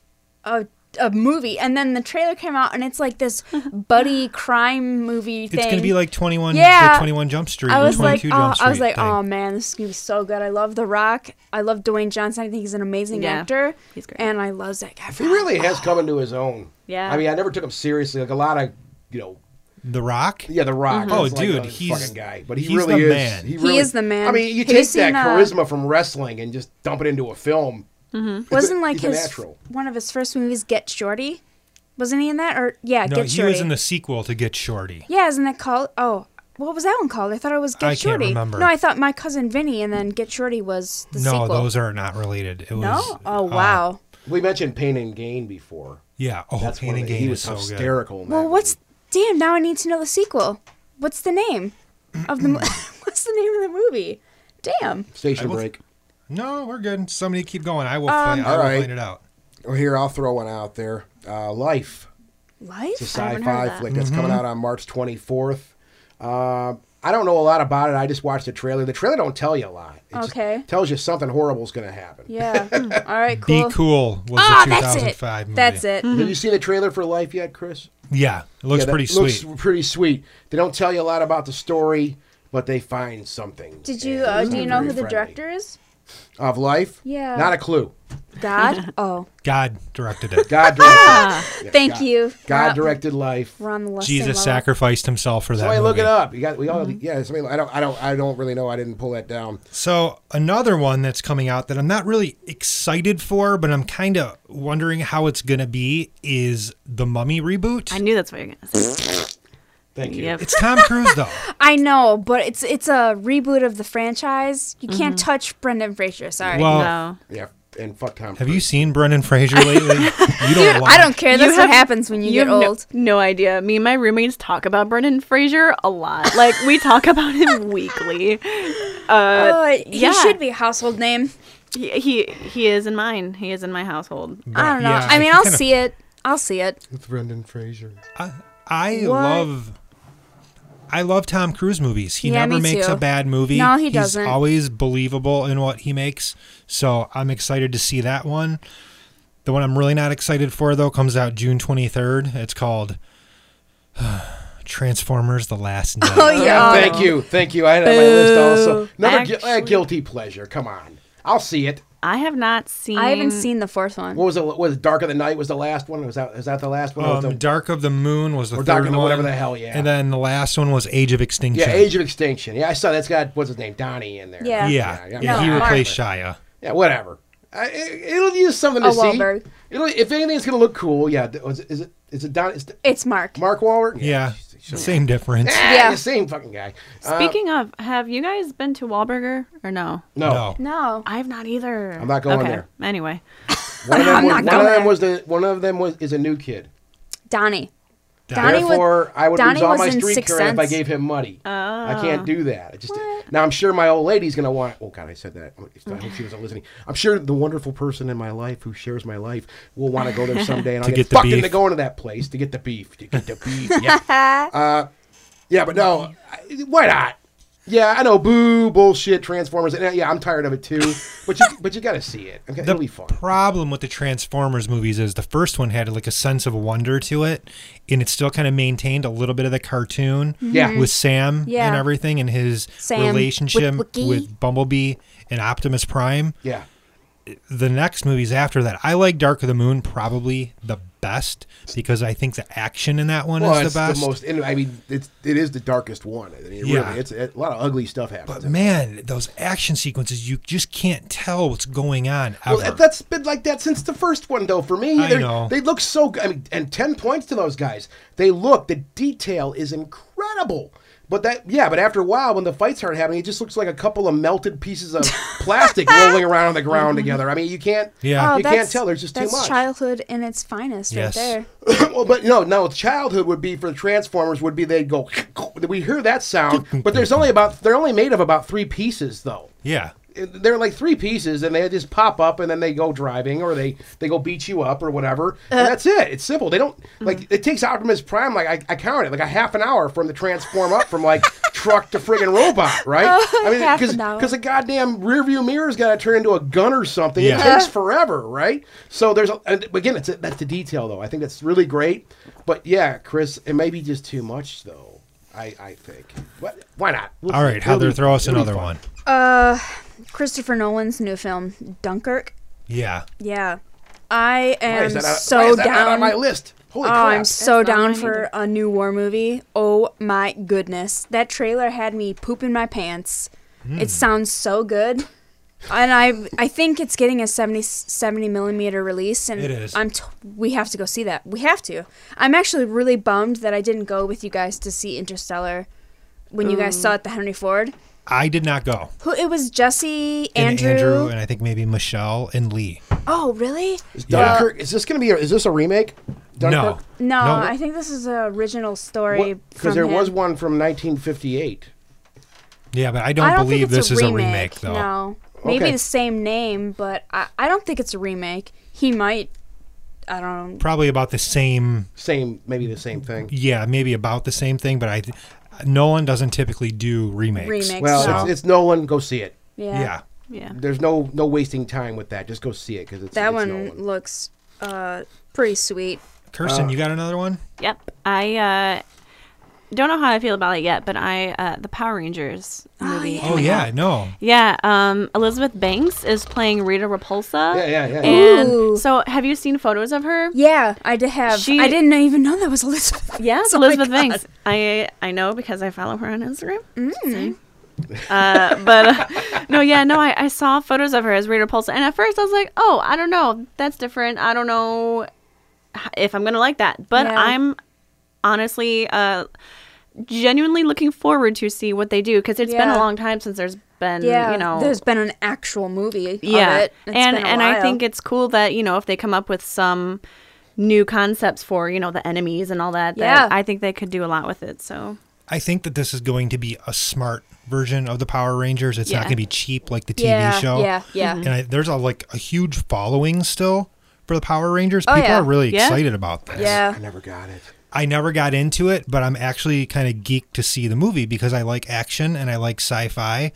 a a movie. And then the trailer came out, and it's like this buddy crime movie thing. It's gonna be like 21, Yeah. the 21 Jump Street, I or was 22 like, Jump oh, Street. I was like, thing. oh man, this is gonna be so good. I love The Rock. I love Dwayne Johnson. I think he's an amazing Yeah, actor. he's great. And I love Zac He Efron. really has come into his own. Yeah. I mean, I never took him seriously. Like a lot of, you know, The Rock. yeah, The Rock. Oh, is like dude, a he's- fucking guy. But he he's really the is. man. He, He really- Mm-hmm. is the man. I mean, you Have take you seen, that uh, charisma from wrestling and just dump it into a film. It's a- Wasn't like he's a his natural. one of his first movies, Get Shorty. Wasn't he in that? Or yeah, No, Get he Shorty. was in the sequel to Get Shorty. yeah, isn't that called? Oh, what was that one called? I thought it was Get I can't Shorty. remember. No, I thought My Cousin Vinny, and then Get Shorty was the no, sequel. those are not related. It was no. Oh uh, wow. We mentioned Pain and Gain before. yeah. Oh, That's Pain one of and the, Gain he is was so good. hysterical. in that well, what's movie. damn? Now I need to know the sequel. What's the name of the? mo- what's the name of the movie? Damn. Station I will- Break? No, we're good. Somebody keep going. I will. Um, find, I all will right. find it out. Or here, I'll throw one out there. Uh, Life. Life. It's a I haven't heard of sci-fi that. flick that's coming out on March 24th. Uh, I don't know a lot about it. I just watched the trailer. The trailer don't tell you a lot. It just Okay. tells you something horrible's going to happen. Yeah. Hmm. All right. Be Cool. Cool was Ah, a that's 2005 it. movie. That's it. Have you seen the trailer for Life yet, Chris? Yeah, it looks Yeah, that pretty looks sweet. pretty sweet. They don't tell you a lot about the story, but they find something. Did you? And Uh, it's do you not know very who the friendly. director is? of Life? Yeah. Not a clue. God. Oh, God directed it. God directed. Yeah, Ah, thank God- you. God We're- directed Life. we're on the left same Jesus level. sacrificed himself for that. Somebody look movie. it up. You got we Mm-hmm. all yeah. Somebody I don't I don't I don't really know. I didn't pull that down. So another one that's coming out that I'm not really excited for, but I'm kind of wondering how it's gonna be is the Mummy reboot. I knew that's what you're gonna say. Thank you. Yep. it's Tom Cruise though. I know, but it's it's a reboot of the franchise. You can't Mm-hmm. touch Brendan Fraser. Sorry. uh, Well, No. Yeah. And fuck Tom. have Cruise. you seen Brendan Fraser lately? You don't. I don't care. That's have- what happens when you, get have no- old. No, idea. Me and my roommates talk about Brendan Fraser a lot. Like we talk about him weekly. uh, oh, he yeah. should be a household name. He, he he is in mine. He is in my household. I don't know. yeah, I mean, I I'll kinda- see it. I'll see it. With Brendan Fraser. I, I What? love. I love Tom Cruise movies. He Yeah, never me makes too. a bad movie. No, he He's doesn't. Always believable in what he makes. So I'm excited to see that one. The one I'm really not excited for though comes out June 23rd. It's called Transformers: The Last Night. Oh yeah. Thank you, thank you. I had it on my list also. Another gu- Actually- uh, guilty pleasure. Come on, I'll see it. I have not seen. I haven't Mm. seen the fourth one. What was the was Dark of the Night? Was the last one? Was that was that the last one? Or was Um, Oh, the- Dark of the Moon was the Or third Dark of the- one, whatever the hell, yeah. And then the last one was Age of Extinction. yeah, Age of Extinction. Yeah, I saw that's got what's his name Donnie in there. Yeah. Yeah, yeah, yeah, No, he Mark. replaced Shia. Yeah, whatever. I, it, it'll use something to Oh, see. Wahlberg. It'll if anything's gonna look cool. Yeah, th- was, is it is it Don? Is it It's Mark. Mark Wahlberg? Yeah, same difference. Ah, Yeah. the same fucking guy. Uh, Speaking of, have you guys been to Wahlburger or no? no, No. No. I've not either. I'm not going okay. there. Anyway, one of them, was, one of going. them was the one of them was is a new kid. Donnie. Donnie Therefore, would, I would Donnie lose all was my in street Sixth cred if I Sense. Oh. gave him money. I can't do that. I just now I'm sure my old lady's gonna want. Oh God, I said that. I hope she wasn't listening. I'm sure the wonderful person in my life who shares my life will want to go there someday, and I'll To get, get the fucked into beef. going to that place to get the beef. To get the beef. Yeah. uh, yeah, but no, I, why not? Yeah, I know. Boo, bullshit, Transformers. and, uh, Yeah, I'm tired of it too. But you, but you gotta see it. Okay, it'll be fun. problem with the Transformers movies is the first one had like a sense of wonder to it, and it still kind of maintained a little bit of the cartoon. Yeah. with Sam Yeah. and everything, and his Sam. relationship With Wookiee. with Bumblebee and Optimus Prime. Yeah. the next movies after that. I like Dark of the Moon probably the best because I think the action in that one Well, is it's the best. the most. and I mean, it's it is the darkest one. I mean, it Yeah. really, it's a lot of ugly stuff happens. but man, those action sequences, you just can't tell what's going on well, ever. that- that's been like that since the first one, though. For me, I They're- know. they look so. good. I mean, and ten points to those guys. They look. The detail is incredible. But that, yeah. But after a while, when the fights start happening, it just looks like a couple of melted pieces of plastic rolling around on the ground together. I mean, you can't. Yeah. Oh, you can't that's- tell. There's just too that's much. childhood in its finest Yes. right there. well, but no, no. Childhood would be for the Transformers. Would be they'd go. We hear that sound, but there's only about they're only made of about three pieces though. yeah. They're like three pieces, and they just pop up, and then they go driving, or they they go beat you up, or whatever. Uh-huh. and that's it. It's simple. Mm-hmm. They don't like it takes Optimus Prime like I, I counted like a half an hour from the transform up from like truck to friggin' robot, right? I mean, Oh, half because an hour. because a goddamn rearview mirror's got to turn into a gun or something. It Yeah. takes Uh-huh. forever, right? So there's a, and again, it's a, that's the detail though. I think that's really great, but yeah, Chris, it may be just too much though. I I think, but why not? We'll- All right, it'll Heather, be- throw us it'll be another fun. one. Christopher Nolan's new film, Dunkirk. Yeah. Yeah. I Why am is that out- so why is that down. not on my list. Holy Oh, crap! I'm so That's not down mine for either. a new war movie. Oh my goodness. That trailer had me pooping my pants. Hmm. It sounds so good. And I I think it's getting a 70, 70 millimeter release and It is. I'm t- we have to go see that. We have to. I'm actually really bummed that I didn't go with you guys to see Interstellar when you guys saw it the Henry Ford. I did not go. Who it was Jesse, And Andrew. Andrew and I think maybe Michelle and Lee. oh, really? Is Yeah. Dunkirk? Is this going to be? A, is this a remake? No. Dunkirk? No, No. I think this is an original story Because from there was him. one from 1958. Yeah, but I don't, I don't believe think it's this is a remake though. No, maybe Okay. the same name, but I, I don't think it's a remake. He might. I don't. know. Probably about the same Same, maybe the same thing. yeah, maybe about the same thing, but I Nolan doesn't typically do remakes. Remakes. Well, So- it's, it's Nolan. Go see it. Yeah, Yeah. Yeah. There's no no wasting time with that. Just go see it because it's that it's one Nolan. looks uh, pretty sweet. Uh, Kirsten, you got another one? Yep. I uh, don't know how I feel about it yet, but I uh, the Power Rangers movie. Oh yeah, no. Yeah. Um, Elizabeth Banks is playing Rita Repulsa. Yeah, yeah, yeah. And Ooh. so, have you seen photos of her? Yeah, I did have. She- I didn't even know that was Elizabeth. Yes, Oh my Elizabeth God. Banks. I I know because I follow her on Instagram. Mm. Same. uh, but uh, no, yeah, no, I, I saw photos of her as Rita Repulsa, and at first I was like, oh, I don't know, that's different. I don't know h- if I'm gonna like that, but Yeah. I'm honestly uh, genuinely looking forward to see what they do because it's been Yeah. a long time since there's been Yeah, you know there's been an actual movie. yeah of it. It's and been a and i while. think it's cool that you know if they come up with some new concepts for you know the enemies and all that Yeah. that i think they could do a lot with it so I think that this is going to be a smart version of the Power Rangers. It's not Yeah. going to be cheap like the TV Yeah, show. yeah, yeah. Mm-hmm. And I, there's a like a huge following still for the Power Rangers. People Oh, yeah. are really Yeah. excited about this. yeah. I never got it. I never got into it, but I'm actually kind of geeked to see the movie because I like action and I like sci-fi,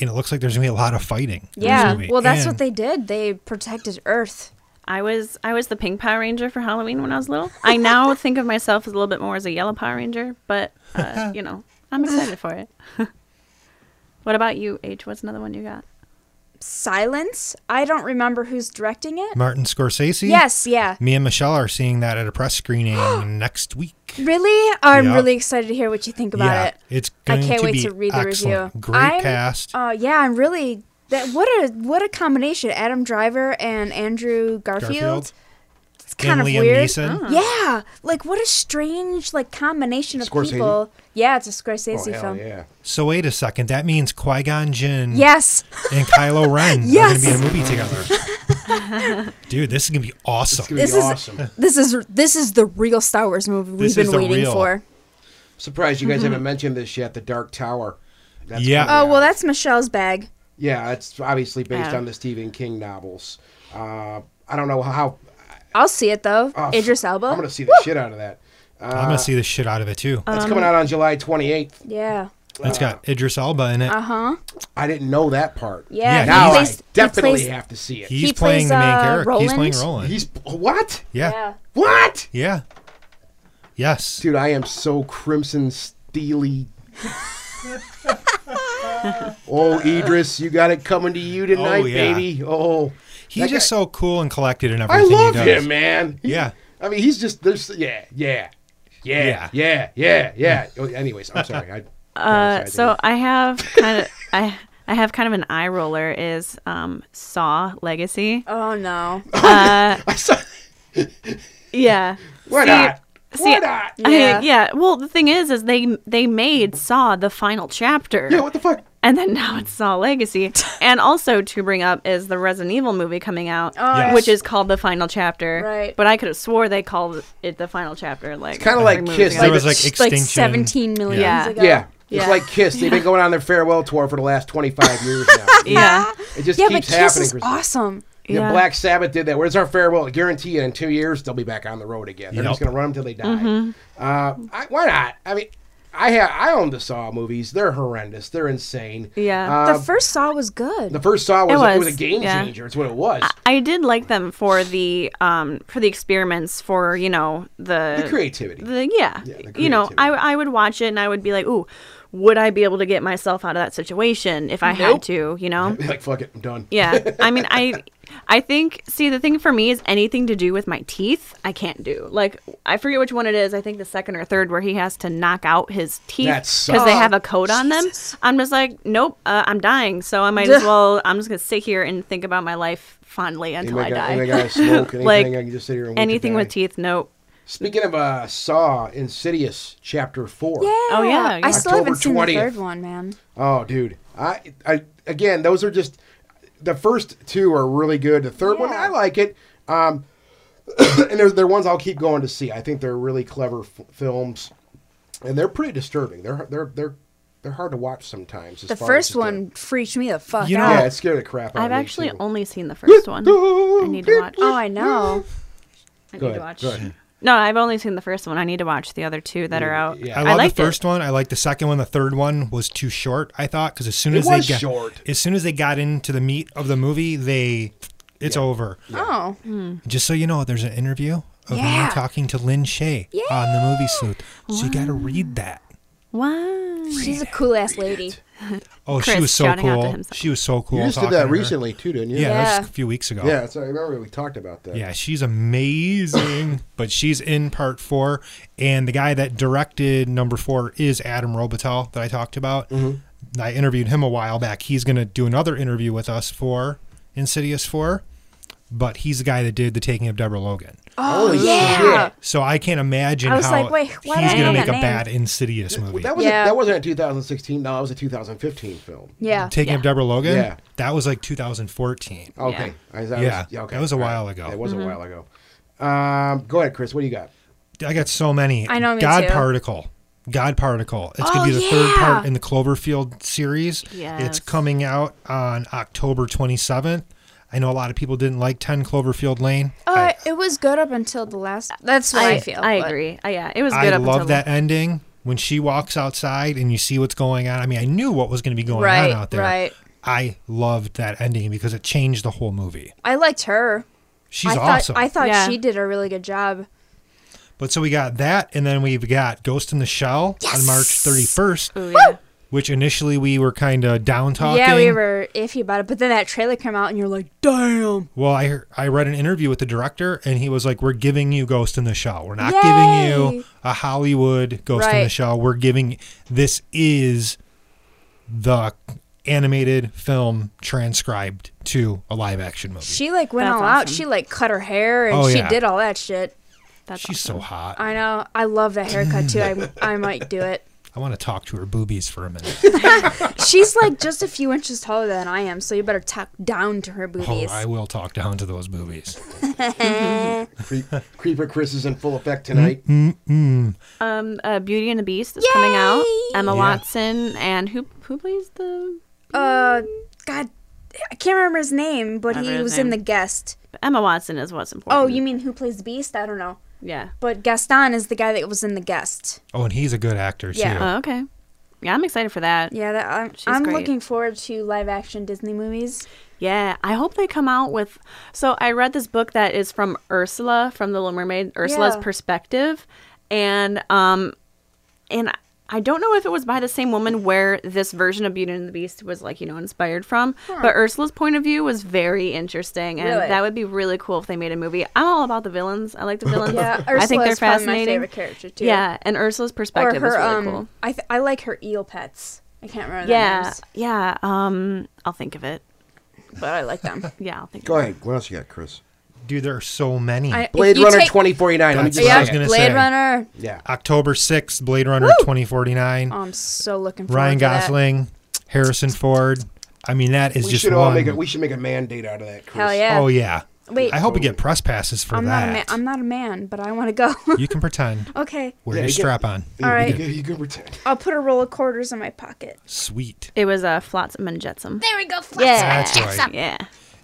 and it looks like there's going to be a lot of fighting. in this Yeah, movie. well, that's And- what they did. They protected Earth. i was i was the pink power ranger for halloween when i was little i now think of myself as a little bit more as a yellow power ranger but uh, you know i'm excited for it what about you h what's another one you got Silence. I don't remember who's directing it. Martin Scorsese. Yes, yeah. Me and Michelle are seeing that at a press screening next week. Really? I'm Yeah. really excited to hear what you think about yeah, it. it's I going can't to wait be to read the excellent. review. Great I'm- cast. Uh, yeah, I'm really that. What a what a combination! Adam Driver and Andrew Garfield. Garfield. It's kind and of Liam weird. Ah. Neeson. Yeah, like what a strange like combination of Scorsese? people. Yeah, it's a Oh Scorsese hell film. yeah! So wait a second. That means Qui Gon Jinn Yes, and Kylo Ren Yes. are going to be in a movie together. Dude, this is going to be awesome. Gonna This be is- awesome. this is this is the real Star Wars movie we've This been is the waiting real. for. Surprised you guys Mm-hmm. haven't mentioned this yet. The Dark Tower. That's Yeah. coming Oh out. well, that's Michelle's bag. yeah. It's obviously based Yeah. on the Stephen King novels. Uh, I don't know how. I'll see it though. oh, Idris Elba. I'm gonna see the shit out of that. I'm going to see the shit out of it too. Um, That's coming out on July 28th. Yeah. it's got Idris Elba in it. Uh huh. I didn't know that part. Yeah. Yeah, he Now plays- I he definitely plays- have to see it. He's he playing plays, the main uh, character. He's playing Roland. He's what? yeah. Yeah. What? Yeah. Yes. Dude, I am so crimson steely. oh, Idris, you got it coming to you tonight, yeah. baby. Oh, He's that just guy- so cool and collected and I everything. love he does. him, man. He- Yeah. I mean, he's just there's yeah, yeah, yeah, Yeah. yeah, yeah, yeah. Oh, anyways, I'm sorry. I, Uh, so I have kind of I I have kind of an eye roller is um, Saw Legacy. Uh, Oh no. I saw, Yeah. why See- not? why see- not? I- Yeah. yeah. Well, the thing is, is they they made Saw the final chapter, yeah, what the fuck? and then now it's Saw Legacy. and also to bring up is the Resident Evil movie coming out, Yes. which is called the final chapter. Right. But I could have swore they called it the final chapter. Like kinda three like movies Kiss. ago. There was like It's extinction. Like 17 million Yeah. ago. Yeah. It's Yeah. like Kiss. They've been going on their farewell tour for the last 25 years now. yeah. It just Yeah, but keeps Kiss happening. is Christine. awesome. Yeah, Yeah. Black Sabbath did that. Where's our farewell? I guarantee you, in two years they'll be back on the road again. They're just Yep. Mm-hmm. going to run until they die. Uh, I, why not? I mean, I have I own the Saw movies. They're horrendous. They're insane. Yeah. Uh, the first Saw was good. the first Saw was, It it was, was, a game yeah. Uh, changer. It's what it was. I did like them for the um for the experiments for you know the the creativity. the yeah, Yeah, the you know I creativity. I would watch it and I would be like ooh would I be able to get myself out of that situation if I had Nope. to you know like fuck it, I'm done. yeah I mean I I think see the thing for me is anything to do with my teeth I can't do like I forget which one it is I think the second or third where he has to knock out his teeth That because they sucks. have a coat on them I'm just like nope uh, I'm dying so I might as well I'm just gonna sit here and think about my life fondly until I Anybody got- die anybody got a smoke, anything, like I can just sit here and wait to anything with die. teeth nope Speaking of uh, Saw, Insidious Chapter Four. Oh, yeah, yeah. I still October haven't seen 20th. the third one, man. Oh, dude. I, I again, those are just the first two are really good. The third one, I like it. Um, and they're, they're ones I'll keep going to see. I think they're really clever f- films, and they're pretty disturbing. They're they're they're they're hard to watch sometimes. as The far as first just a- one uh, freaked me the fuck You know- out. yeah, it scared the crap out I've of me. actually too. only seen the first one. I need to watch. Oh, I know. I Go need to ahead, watch. go ahead. No, I've only seen the first one. I need to watch the other two that are out. yeah. I I love liked the first it. one. I liked the second one. The third one was too short. I thought because as soon It as they was got short. as soon as they got into the meat of the movie, they it's over. Oh, Just so you know, there's an interview of Yeah. me talking to Lynn Shay on the movie sleuth. So you got to read that. Wow. she's a cool ass lady. Oh, she Chris was so shouting out to cool. himself. She was so cool. You just did talking to that her. recently too, didn't you? Yeah, that Yeah. was a few weeks ago. Yeah, so I remember we talked about that. Yeah, she's amazing. but she's in part four, and the guy that directed number four is Adam Robitel that I talked about. Mm-hmm. I interviewed him a while back. He's going to do another interview with us for Insidious Four, but he's the guy that did the Taking of Deborah Logan. Holy Oh, Yeah. So I can't imagine I was how like, wait, why he's going did I to know make a that name? bad Insidious movie. shit. That was a, Yeah. that wasn't a 2016. No, that was a 2015 film. Yeah. Taking of Deborah Logan. Yeah. that was like 2014. Okay. I- that Yeah, was, okay. that was a All while ago. It was Mm-hmm. a while ago. Um, go ahead, Chris. What do you got? I got so many. I know, me God too. particle. God particle. It's Oh, going to be the third yeah. part in the Cloverfield series. Yes. It's coming out on October 27th. I know a lot of people didn't like 10 Cloverfield Lane. Uh, it was good up until the last. That's what I, feel. I but- agree. Uh, yeah, it was I, good I up until love that ending when she walks outside and you see what's going on. I mean, I knew what was going to be going Right, on out there. right. I loved that ending because it changed the whole movie. I liked her. She's I thought awesome. I thought Yeah. she did a really good job. but so we got that, and then we've got Ghost in the Shell on March 31st, Ooh, yeah. which initially we were kind of down talking. Yeah, we were iffy about it, but then that trailer came out, and you're like, "Damn!" Well, I hear- I read an interview with the director, and he was like, "We're giving you Ghost in the Shell. We're not giving Yay!" you a Hollywood Ghost in the Right. Shell. We're giving this is the animated film transcribed to a live action movie. She like went That's all out. awesome. She like cut her hair, and Oh, she yeah. did all that shit. That's She's so hot. I, I know. I love that haircut too. I I might do it. want to talk to her boobies for a minute. She's like just a few inches taller than I am, so you better tuck down to her oh, boobies. I will talk down to those boobies. Creep, Creeper Chris is in full effect tonight. Mm-hmm. um, uh, Beauty and the Beast is coming out. Emma Yeah. Watson and who who plays the uh, God, I can't remember his name, but Remember he his was in name. the guest. Emma Watson is what's important. Oh, you mean who plays the Beast? I don't know. yeah. But Gaston is the guy that was in the guest. Oh, and he's a good actor Yeah. too. Oh, okay. Yeah, I'm excited for that. Yeah, that, I'm, She's I'm great. looking forward to live action Disney movies. Yeah, I hope they come out with. So I read this book that is from Ursula from the Little Mermaid, Ursula's Yeah. perspective, and um, and I don't know if it was by the same woman where this version of Beauty and the Beast was like you know inspired from, but Ursula's point of view was very interesting, and Really? that would be really cool if they made a movie. I'm all about the villains. I like the villains. Yeah, Ursula I think they're is probably my fascinating. favorite character too. Yeah, and Ursula's or perspective her. is really um, cool. I th- I like her eel pets. I can't remember. their Yeah, names, yeah. Um, I'll think of it. but I like them. Yeah, I'll think. Go of ahead. What else you got, Chris? Dude, there are so many. I, if Blade you Runner take- 2049. Let me That's what just I Yeah, was say it. gonna Blade say. Runner. Yeah. October 6th, Blade Runner 2049. Oh, I'm so looking forward Ryan to that. Gosling, Harrison Ford. I mean, that is We just should one. all make a, we should make a mandate out of that, Chris. Hell yeah! Oh yeah. Wait. I hope we get press passes for I'm not a man. that. I'm not a man, but I want to go. you can pretend. okay, Wear Yeah, your you get- strap on. Yeah, All right. You can, you can pretend. I'll put a roll of quarters in my pocket. Sweet. It was uh, Flotsam and Jetsam. There we go. Flotsam That's and jetsam. right. Yeah.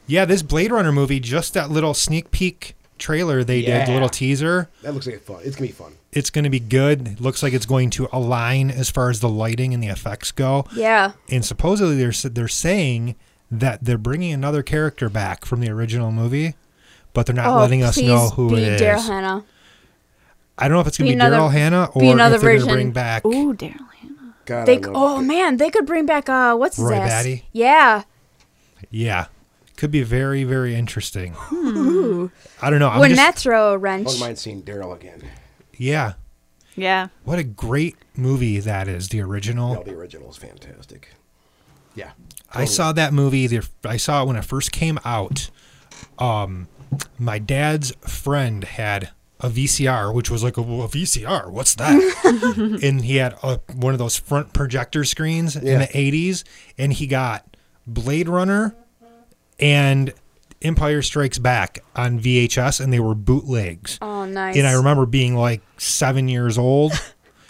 Yeah, this Blade Runner movie, just that little sneak peek trailer they did, the Yeah. little teaser. That looks like it's fun. It's gonna be fun. It's going to be good. It looks like it's going to align as far as the lighting and the effects go. Yeah. And supposedly they're s- they're saying that they're bringing another character back from the original movie, but they're not letting us Oh, please know who be it is. Daryl Hannah. I don't know if it's going Be to be another- Daryl Hannah be or if another they're going to version. bring back. Ooh, Daryl Hannah. God, They I c- love oh man, they could bring back uh what's his Roy ass? Batty? Yeah. Yeah, could be very very interesting. Hmm. I don't know. I'm Wouldn't just, that throw a I wrench? wouldn't mind seeing Daryl again. yeah, Yeah. what a great movie that is. The original. No, the original is fantastic. Yeah, I saw that movie. The, I saw it when it first came out. Um, my dad's friend had a VCR, which was like a, "Well, a VCR. What's that? and he had a, one of those front projector screens in Yeah. the '80s, and he got Blade Runner and Empire Strikes Back on VHS, and they were bootlegs. Oh nice. And I remember being like seven years old,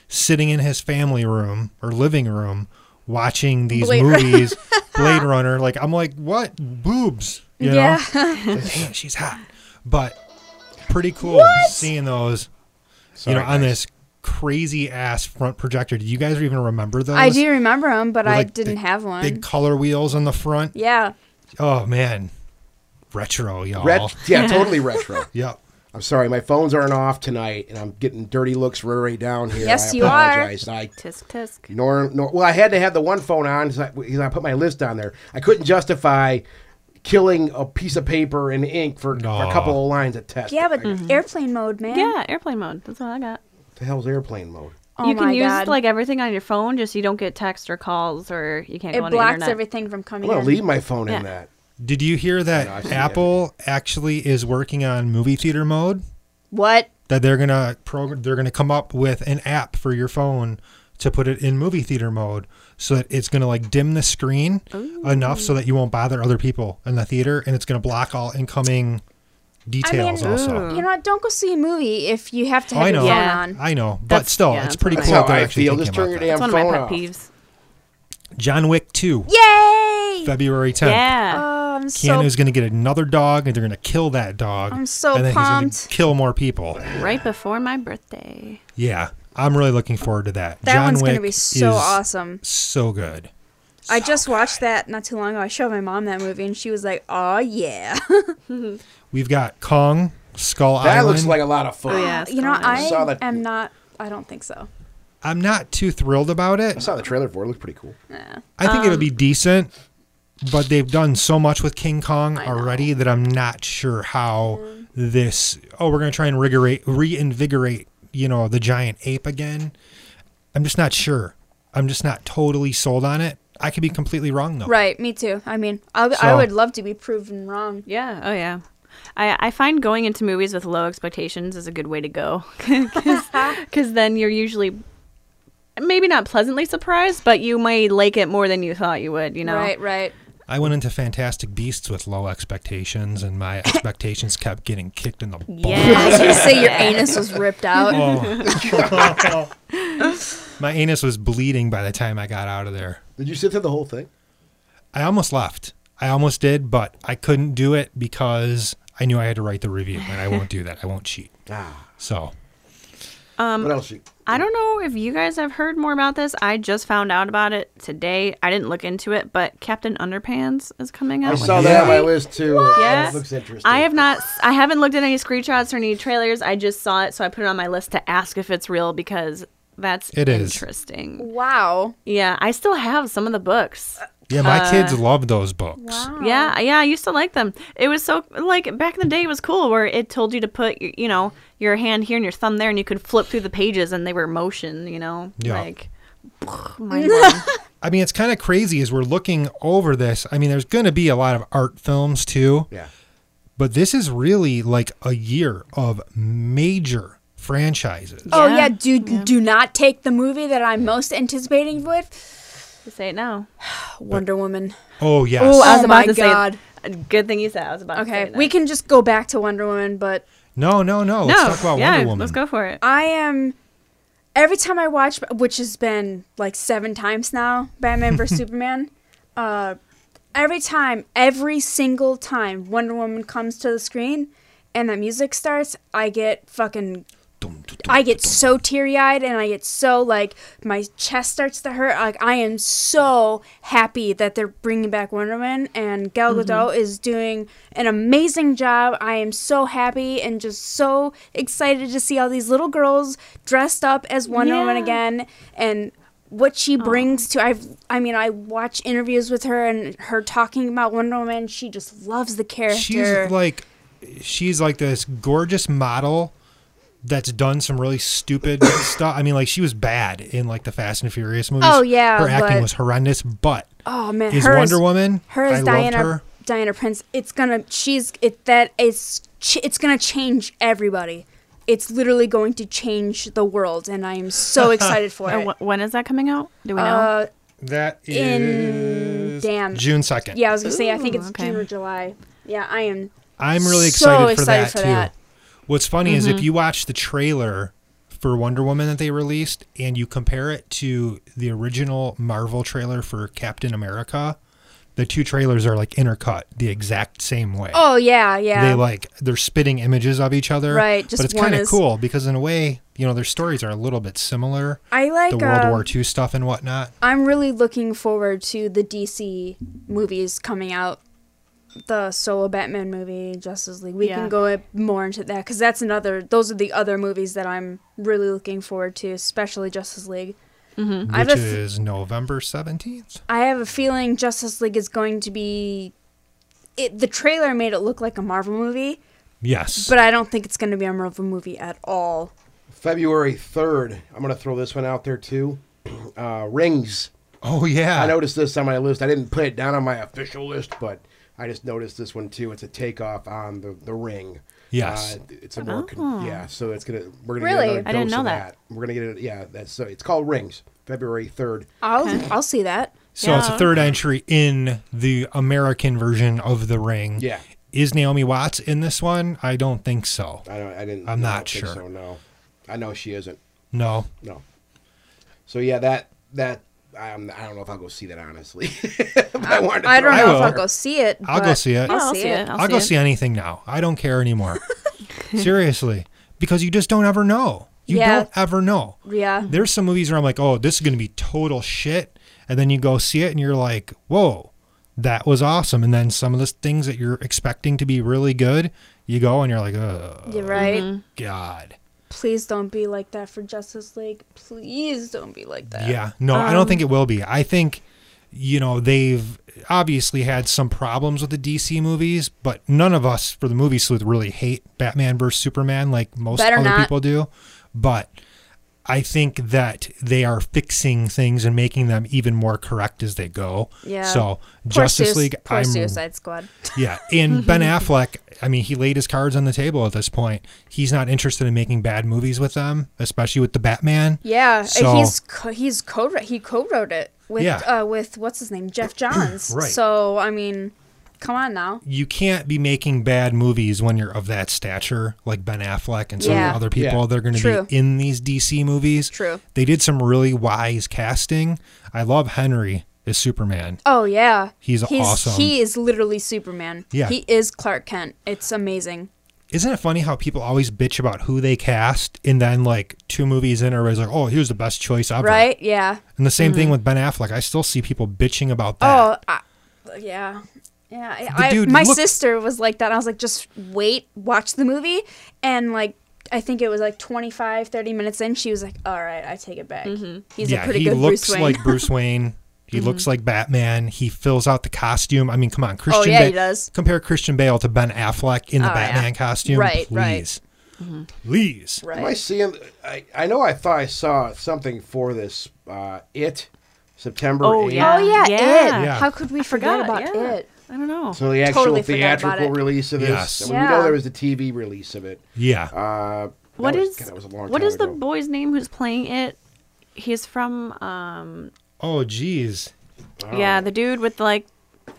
sitting in his family room or living room, watching these Blade Runner. movies, Blade Runner. Like I'm like, what boobs? You know, Yeah. Like, "Damn, she's hot. But pretty cool seeing those. Sorry, you know, on guys. this crazy ass front projector. Do you guys even remember those? I do remember him, but With, I like, didn't big- have one. Big color wheels on the front. yeah. Oh man, retro, y'all. Ret- yeah, totally retro. yep. I'm sorry, my phones aren't off tonight, and I'm getting dirty looks right down here. Yes, I you are. apologize. I Tisk tisk. nor, nor well, I had to have the one phone on because I, 'cause I put my list on there. I couldn't justify killing a piece of paper and ink for, for a Aw. couple of lines of text. Yeah, but Like, what airplane mode, man. Yeah, airplane mode. That's what I got. the hell's airplane mode? Oh you can my use God. like everything on your phone, just you don't get text or calls or you can't it go on the blocks internet. everything from I'm coming gonna in. leave my phone Yeah. in that. Did you hear No, I've that seen it. Apple actually is working on movie theater mode? What? That they're gonna program, they're gonna come up with an app for your phone to put it in movie theater mode, so that it's gonna like dim the screen enough so that you won't bother other people in the theater, and it's gonna block all incoming details. I mean, also, you know, what, don't go see a movie if you have to Oh, have I your know, phone Yeah. on. I know, but That's- still, yeah, it's that's pretty what cool. I- that That's how they're I actually feel. thinking Just turn about your that. damn That's one of my phone pet off. peeves. John Wick Two, Yay! February tenth. Yeah. Oh, I'm so Keanu's gonna get another dog, and they're gonna kill that dog. I'm so and then he's gonna pumped. kill more people. right before my birthday. Yeah, I'm really looking forward to that. that John one's Wick gonna be so is awesome. So good. I just watched that not too long ago. I showed my mom that movie, and she was like, "Oh yeah." We've got Kong, Skull That Island. looks like a lot of fun. Oh yeah. Uh, you know, I saw that- am not. I don't think so. I'm not too thrilled about I it. saw the trailer for it. It looked pretty cool. I think Um, it'll be decent, but they've done so much with King Kong already that I'm not sure how this. Oh, we're gonna try and rigorate, reinvigorate, you know, the giant ape again. I'm just not sure. I'm just not totally sold on it. I could be completely wrong though. Right, me too. I mean, I, I So- would love to be proven wrong. Yeah. Oh yeah. I, I find going into movies with low expectations is a good way to go because then you're usually maybe not pleasantly surprised, but you may like it more than you thought you would. You know. Right, right. I went into Fantastic Beasts with low expectations, and my expectations kept getting kicked in the balls. I Yeah. was gonna say your anus was ripped out. Oh. My anus was bleeding by the time I got out of there. Did you sit through the whole thing? I almost left. I almost did, but I couldn't do it because I knew I had to write the review, and I won't do that. I won't cheat. Ah. So, what else? You, Um, I don't know if you guys have heard more about this. I just found out about it today. I didn't look into it, but Captain Underpants is coming out. I with saw a that on my movie. list too. Yeah. It looks interesting. I have not. I haven't looked at any screenshots or any trailers. I just saw it, so I put it on my list to ask if it's real because that's It is. interesting. Wow. Yeah, I still have some of the books. yeah, my kids love those books. Yeah, yeah, I used to like them. It was so like back in the day, it was cool where it told you to put y- you know your hand here and your thumb there, and you could flip through the pages, and they were motion. You know, Yeah. like. mind blowing. I mean, it's kind of crazy as we're looking over this. I mean, there's going to be a lot of art films too. Yeah. but this is really like a year of major franchises. Oh Yeah. yeah, do do not take the movie that I'm most anticipating with say it now. Wonder Woman. Oh yes. Oh, I was Oh about my to God. God. Good thing you said. I was about. to Okay, say that. we can just go back to Wonder Woman, but no, no, no. Let's no. talk about yeah, Wonder Woman. let's go for it. I am every time I watch, which has been like seven times now, Batman vs Superman. Uh, every time, every single time Wonder Woman comes to the screen, and that music starts, I get fucking I get so teary eyed and I get so like my chest starts to hurt. Like I am so happy that they're bringing back Wonder Woman and Gal Gadot is doing an amazing job. I am so happy and just so excited to see all these little girls dressed up as Wonder Woman Yeah. again and what she brings to I've I mean I watch interviews with her and her talking about Wonder Woman. She just loves the character. She's like, she's like this gorgeous model that's done some really stupid stuff. I mean, like she was bad in like the Fast and Furious movies. Oh, yeah, her acting but- was horrendous. But Oh man, is her Wonder as- Woman? Her as I loved Diana her. Diana Prince. It's gonna. She's it. That is. ch- It's gonna change everybody. It's literally going to change the world, and I am so excited for Uh, it. wh- when is that coming out? Do we know? Uh, that in is damn. June second. Yeah, I was gonna say. I think Ooh, it's okay. June or July. Yeah, I am. I'm really excited, so for, excited that, for too. that. Mm-hmm. What's funny is if you watch the trailer for Wonder Woman that they released and you compare it to the original Marvel trailer for Captain America, the two trailers are like intercut the exact same way. Oh yeah, yeah. They like they're spitting images of each other. Right, just but it's one kind of is- cool because in a way, you know, their stories are a little bit similar. I the like. World um, War II stuff and whatnot. I'm really looking forward to the DC movies coming out. The solo Batman movie, Justice League. We Yeah. can go a- more into that because that's another. Those are the other movies that I'm really looking forward to, especially Justice League. Mm-hmm. I have Which a f- is November seventeenth. I have a feeling Justice League is going to be. It, the trailer made it look like a Marvel movie, Yes. but I don't think it's going to be a Marvel movie at all. February 3rd, I'm going to throw this one out there too. Uh, rings. oh yeah. I noticed this on my list. I didn't put it down on my official list, but I just noticed this one too. It's a takeoff on the the ring. Yes. Uh, it's a more con- yeah. So it's gonna we're gonna Really? get another Ah. I dose didn't know of that. We're gonna get it. Yeah, that's so. It's called Rings, February third. I'll I'll see that. So it's a Yeah. third entry in the American version of The Ring. Yeah. Is Naomi Watts in this one? I don't think so. I don't. I didn't. I'm I don't not think sure. So no, I know she isn't. No. No. So yeah, that that I'm, I don't know if I'll go see that honestly. But I, wanted to I throw don't I it out know if I'll will. there. go see it. I'll go but see it. Yeah, I'll see it. I'll, go see anything now. I don't care anymore. Seriously. Because you just don't ever know. You Yeah. don't ever know. Yeah. There's some movies where I'm like, oh, this is going to be total shit. And then you go see it and you're like, whoa, that was awesome. And then some of the things that you're expecting to be really good, you go and you're like, oh, You're right. God. please don't be like that for Justice League. Please don't be like that. Um, Yeah. No, I don't think it will be. I think, you know, they've obviously had some problems with the DC movies, but none of us for the movie sleuth really hate Batman versus Superman like most Better other not. people do. But I think that they are fixing things and making them even more correct as they go. Yeah. So Poor Justice Suic- League, poor I'm Suicide Squad. yeah, and Ben Affleck, I mean, he laid his cards on the table at this point. He's not interested in making bad movies with them, especially with the Batman. Yeah, and So- he's co- he's co he co-wrote it with Yeah. uh, with what's his name Jeff Johns. Right. So I mean, come on now. you can't be making bad movies when you're of that stature, like Ben Affleck and some of the Yeah. other people. Yeah. They're going to True. be in these DC movies. True. They did some really wise casting. I love Henry as Superman. Oh yeah, He's awesome. He is literally Superman. Yeah. he is Clark Kent. It's amazing. Isn't it funny how people always bitch about who they cast, and then like two movies in, everybody's like, "Oh, here's the best choice ever." Right? Yeah. And the same thing with Ben Affleck. I still see people bitching about that. Oh, I, yeah. Yeah, I, dude my looked- sister was like that. I was like, just wait, watch the movie. And like, I think it was like 25, 30 minutes in, she was like, all right, I take it back. Mm-hmm. He's yeah, a pretty he good looks Bruce Wayne. Mm-hmm. like Bruce Wayne. He looks like Batman. He fills out the costume. I mean, come on, Christian. Oh, yeah, Ba- he does. Compare Christian Bale to Ben Affleck in the Oh, yeah. Batman costume, Right, please. right. Mm-hmm. Please. Am I right. seeing? I, I know I thought I saw something for this. Uh, it September. Oh, 8th. yeah. Oh, yeah, Yeah. it. Yeah. How could we forget Forgot, about yeah. it? I don't know. So the actual Totally forgot about theatrical it. release of this. Yes. We know Yeah. there was the TV release of it. Yeah. Uh, What that was- is God, that was a long what time is the ago. boy's name who's playing it? He's from um oh, geez. yeah, the dude with like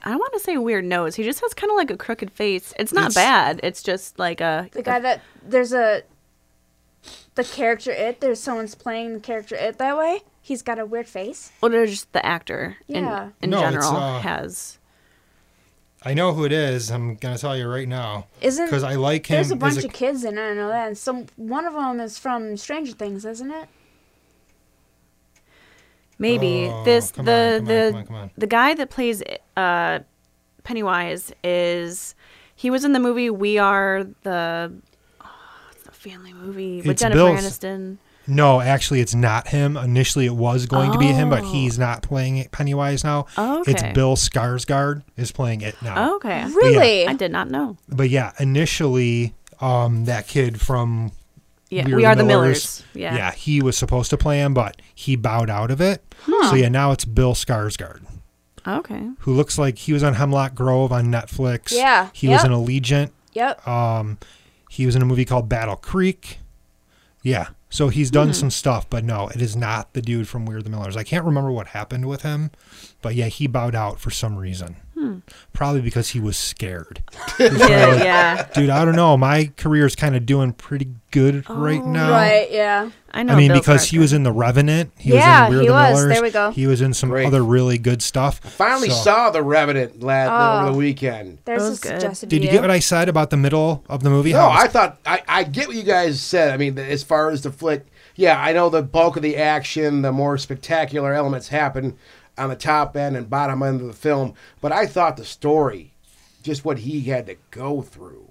I don't want to say weird nose. He just has kind of like a crooked face. It's not It's- bad. It's just like a The guy that, there's a, the character it, there's someone's playing the character it that way. He's got a weird face. well, no, just the actor in Yeah. in No, it's, general uh, has I know who it is. I'm gonna tell you right now. Isn't- because I like him. There's a as bunch of kids in it. I know that. And some one of them is from Stranger Things, isn't it? Maybe Oh, this come the on, come on, the come on, come on. the guy that plays uh, Pennywise is he was in the movie We Are the oh, it's the family movie with It's Jennifer Bill's- Aniston. No, actually, it's not him. Initially, it was going to be him, but Oh. he's not playing it Pennywise now. Oh, It's okay. Bill Skarsgård is playing it now. Oh, okay, Really? I did not know. But yeah, initially, um, that kid from Yeah, we, are the Millers. Yeah. yeah, he was supposed to play him, but he bowed out of it. So yeah, now it's Bill Skarsgård. Oh, Okay. who looks like he was on Hemlock Grove on Netflix. Yeah, He was yep. in Allegiant. Yep. Um, he was in a movie called Battle Creek. Yeah. So he's done Hmm. some stuff, but no, it is not the dude from Weird the Millers. I can't remember what happened with him, but yeah, he bowed out for some reason. Hmm. Probably because he was scared. Yeah, yeah. Dude, I don't know. My career's kind of doing pretty good Oh, right now. Right. Yeah. I know. I mean, Bill because he Skarsgård. was in The Revenant. He was Yeah, in Weird he the was. Millers. There we go. He was in some Great. other really good stuff. Finally So- saw the Revenant lad over Oh. the weekend. There's That a was good. suggested Did you video. get what I said about the middle of the movie? No, How it's I thought I, I get what you guys said. I mean, as far as the flick, yeah, I know the bulk of the action, the more spectacular elements happen on the top end and bottom end of the film. But I thought the story, just what he had to go through,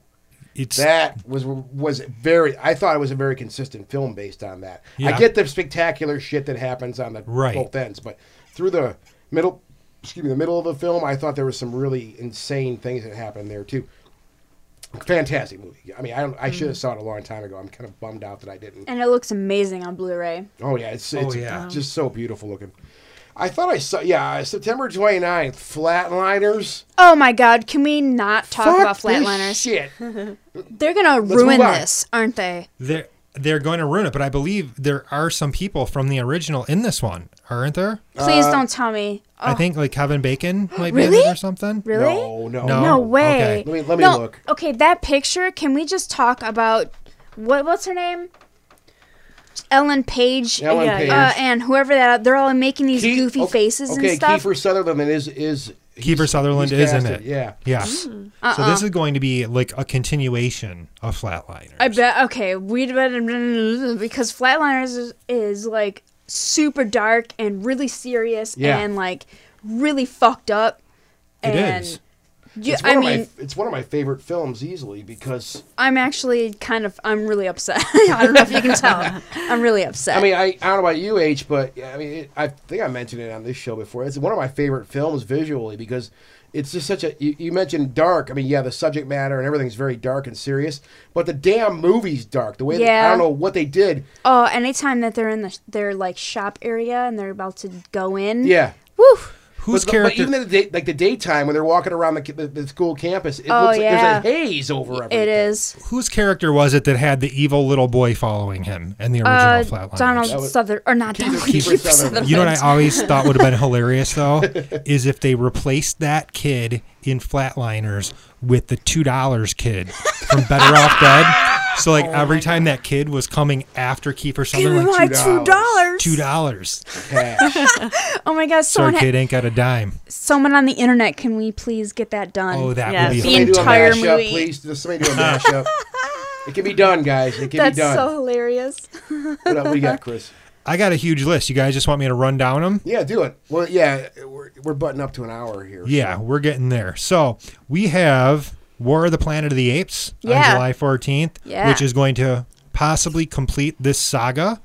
It's that was was very. I thought it was a very consistent film based on that. Yeah. I get the spectacular shit that happens on the Right. both ends, but through the middle, excuse me, the middle of the film, I thought there was some really insane things that happened there too. Fantastic movie. I mean, I don't. I Mm. should have saw it a long time ago. I'm kind of bummed out that I didn't. And it looks amazing on Blu-ray. Oh yeah, it's, it's yeah. just so beautiful looking. I thought I saw. Yeah, September 29th, Flatliners. Oh my God! Can we not talk Fuck about this Flatliners? Shit. They're gonna Let's ruin move on. this, aren't they? they're they're going to ruin it, but I believe there are some people from the original in this one, aren't there? Uh, Please don't tell me. I Oh, think like Kevin Bacon might be in Really? it or something. really? No, no, No. No Oh, way. okay. Let me let me no. look. Okay, that picture. Can we just talk about what? What's her name? Ellen Page. Ellen Yeah, Page. Uh, and whoever that they're all making these Keith- goofy okay- faces okay, and stuff. Kiefer Sutherland is is Kiefer Sutherland he's is in casted, it. yeah. Mm. Yes. Uh-uh. So this is going to be like a continuation of Flatliners. I bet. Okay, we better because Flatliners is, is like super dark and really serious Yeah. and like really fucked up. It and is. You, It's one I of my- mean, it's one of my favorite films easily because I'm actually kind of I'm really upset. I don't know if you can tell. I'm really upset. I mean I, I don't know about you H but yeah, I mean it, I think I mentioned it on this show before. It's one of my favorite films visually because it's just such a you, you mentioned dark. I mean yeah the subject matter and everything's very dark and serious, but the damn movie's dark. The way that- I Yeah. don't know what they did. oh, anytime that they're in the their like shop area and they're about to go in. Yeah. Woo. Whose but, the- character? but even in the day, like the daytime when they're walking around the, the, the school campus, it Oh, looks yeah. like there's a haze over everything. It is whose character was it that had the evil little boy following him in the original uh, Flatliners? Donald was- Suther or not Donald Kiefer Kiefer Sutherland. Sutherland. You know what I always thought would have been hilarious though is if they replaced that kid in Flatliners with the two dollars kid from Better Off Dead. So Oh like every time that kid was coming after Kiefer Give me Sutherland, my like two $2. dollars. two dollars. Cash. Oh my gosh! Sorry, Someone, ha- kid, ain't got a dime. someone on the internet, can we please get that done? Oh, that Yes. would be. The Somebody do a entire mashup, movie. Please, Does somebody do a mashup. it can be done, guys. It can That's be done. so hilarious. What else we got, Chris? I got a huge list. You guys just want me to run down them? Yeah, do it. Well, yeah, we're, we're butting up to an hour here. Yeah, we're getting there. So we have War of the Planet of the Apes on Yeah. July 14th, Yeah. which is going to possibly complete this saga,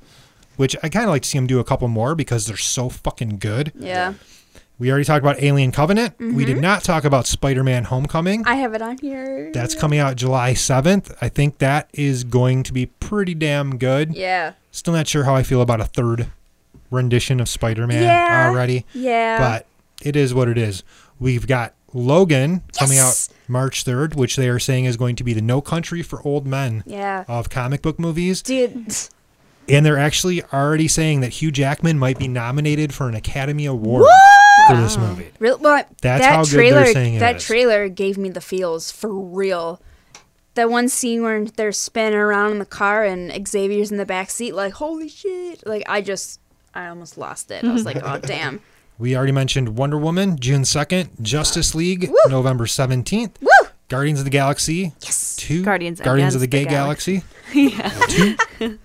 which I kind of like to see them do a couple more because they're so fucking good. Yeah, Mm-hmm. We already talked about Alien Covenant. We did not talk about Spider Man Homecoming. I have it on here. That's coming out July 7th. I think that is going to be pretty damn good. yeah, Still not sure how I feel about a third rendition of Spider Man Yeah. already yeah. but it is what it is. We've got Logan coming out Yes! March 3rd, which they are saying is going to be the no country for old men yeah, of comic book movies. dude. And they're actually already saying that Hugh Jackman might be nominated for an Academy Award for this movie. Real, well, That's that how good they're trailer, saying it That is. trailer gave me the feels for real. That one scene where they're spinning around in the car and Xavier's in the back seat, like holy shit! Like I just, I almost lost it. I was like, oh damn, We already mentioned Wonder Woman, June 2nd, Justice League, November 17th, Woo! Guardians of the Galaxy, yes. 2, Guardians of the Against the Gay Galaxy, two,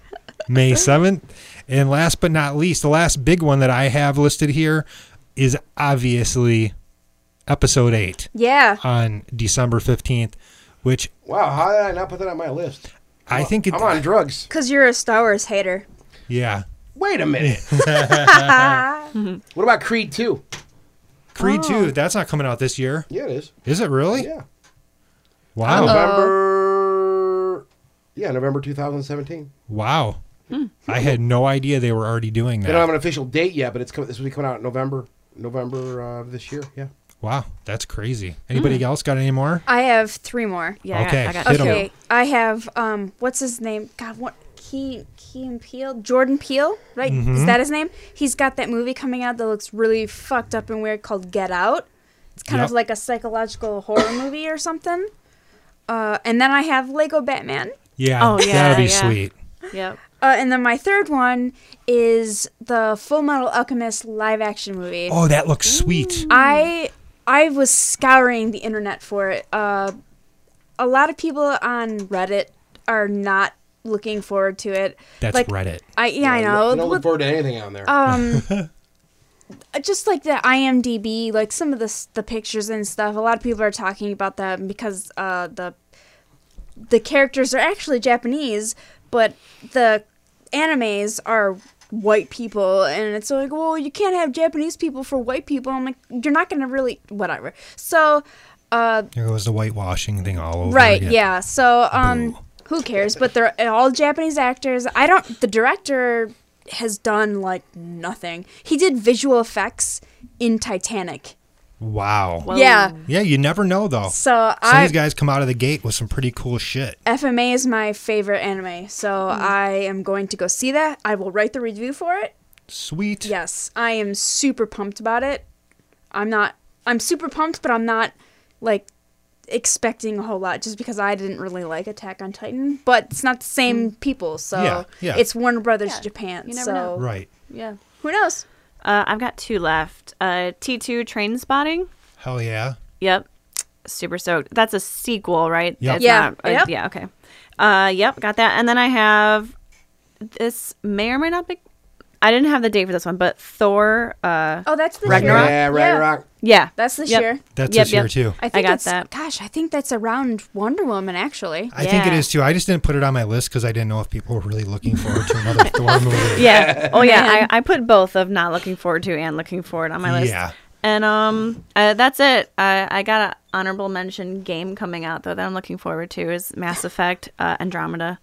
May 7th. And last but not least, the last big one that I have listed here is obviously episode 8 Yeah. on December 15th, which Wow, how did I not put that on my list? I think it, I'm on drugs. Because you're a Star Wars hater. yeah. Wait a minute. what about Creed 2? Creed Oh. 2, that's not coming out this year. Yeah, it is. Is it really? Yeah. Wow. November. Yeah, November 2017. Wow. Hmm. I had no idea they were already doing They don't have that. an official date yet, but it's coming. This will be coming out in November, November uh, of this year. Yeah. Wow, that's crazy. Anybody Hmm. else got any more? I have three more. Yeah, I got- Okay, I got hit 'em. two. Okay, I have um, what's his name? God, what Key Key Peel, Jordan Peele, right? Mm-hmm. Is that his name? He's got that movie coming out that looks really fucked up and weird called Get Out. It's kind Yep. of like a psychological horror movie or something. Uh, and then I have Lego Batman. Yeah, Oh, yeah, that'd be yeah. sweet. Yep. Uh, and then my third one is the Full Metal Alchemist live action movie. Oh, that looks sweet. I I was scouring the internet for it. Uh, a lot of people on Reddit are not looking forward to it. That's like, Reddit. I yeah, I I know. don't look Oh, Look- forward to anything on there. just like the IMDb, like some of the s- the pictures and stuff. A lot of people are talking about that because uh, the the characters are actually Japanese, but the animes are white people, and it's like, well, you can't have Japanese people for white people. I'm like, you're not gonna really whatever. So. Uh, There goes the whitewashing thing all over. Right. again. Yeah. So, um, Boo. who cares? But they're all Japanese actors. I don't. The director has done like nothing. He did visual effects in Titanic. Wow. Yeah. Yeah, you never know though. Some So of I these guys come out of the gate with some pretty cool shit. FMA is my favorite anime. So I am going to go see that. I will write the review for it. Sweet. Yes, I am super pumped about it. I'm not. I'm super pumped, but I'm not like expecting a whole lot just because I didn't really like Attack on Titan. But it's not the same people, so Yeah, yeah. it's Warner Brothers Mm. Yeah, Japan. you never so know. Right. Yeah. who knows? Uh, I've got two left. Uh, T2 Train Spotting. Hell yeah. Yep. Super stoked. That's a sequel, right? Yep. It's Yeah. not- uh, Yep. Yeah. Okay. Uh, yep. Got that. And then I have this may or may not be. I didn't have the date for this one, but Thor. Uh, Oh, that's the Ragnarok? Yeah, Ragnarok. yeah. That's this Yep. year. That's Yep, this year yep. too. I, think got it's, that. Gosh, I think that's around Wonder Woman actually. I think it Yeah. is too. I just didn't put it on my list because I didn't know if people were really looking forward to another Thor movie. Yeah. Oh yeah. I, I put both of not looking forward to and looking forward on my list. Yeah. And um, uh, that's it. I, I got an honorable mention game coming out though that I'm looking forward to is Mass Effect uh, Andromeda,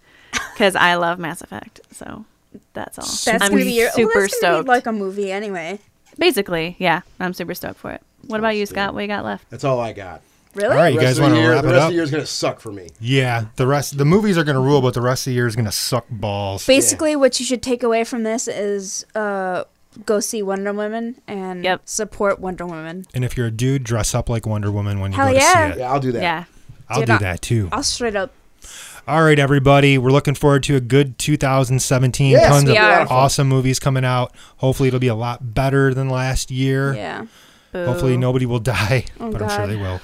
because I love Mass Effect. So that's all. That's I'm gonna be your well, super that's gonna be stoked. like a movie anyway. Basically, yeah. I'm super stoked for it. What about you, Scott? What you got left? That's all I got. Really? All right, you The rest guys of the want to year- wrap the it rest of up? the year is going to suck for me. Yeah. The rest, the movies are going to rule, but the rest of the year is going to suck balls. basically what you should take away from this is uh go see wonder woman and Yep. support wonder woman And if you're a dude, dress up like Wonder Woman when you Hell go yeah. to see it. Yeah, I'll do that. Yeah. I'll Dude, do I- that too. i'll straight up All right, everybody. We're looking forward to a good 2017. Yes, Tons we of are. awesome movies coming out. Hopefully, it'll be a lot better than last year. yeah Oh, Hopefully, Boo. nobody will die, but I'm sure God. they will.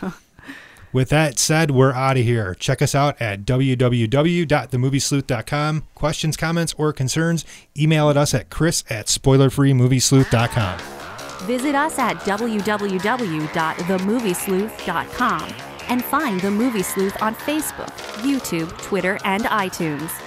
With that said, we're out of here. Check us out at www.themoviesleuth.com. Questions, comments, or concerns, email at us at chris at spoilerfreemoviesleuth.com. Visit us at www.themoviesleuth.com and find The Movie Sleuth on Facebook, YouTube, Twitter, and iTunes.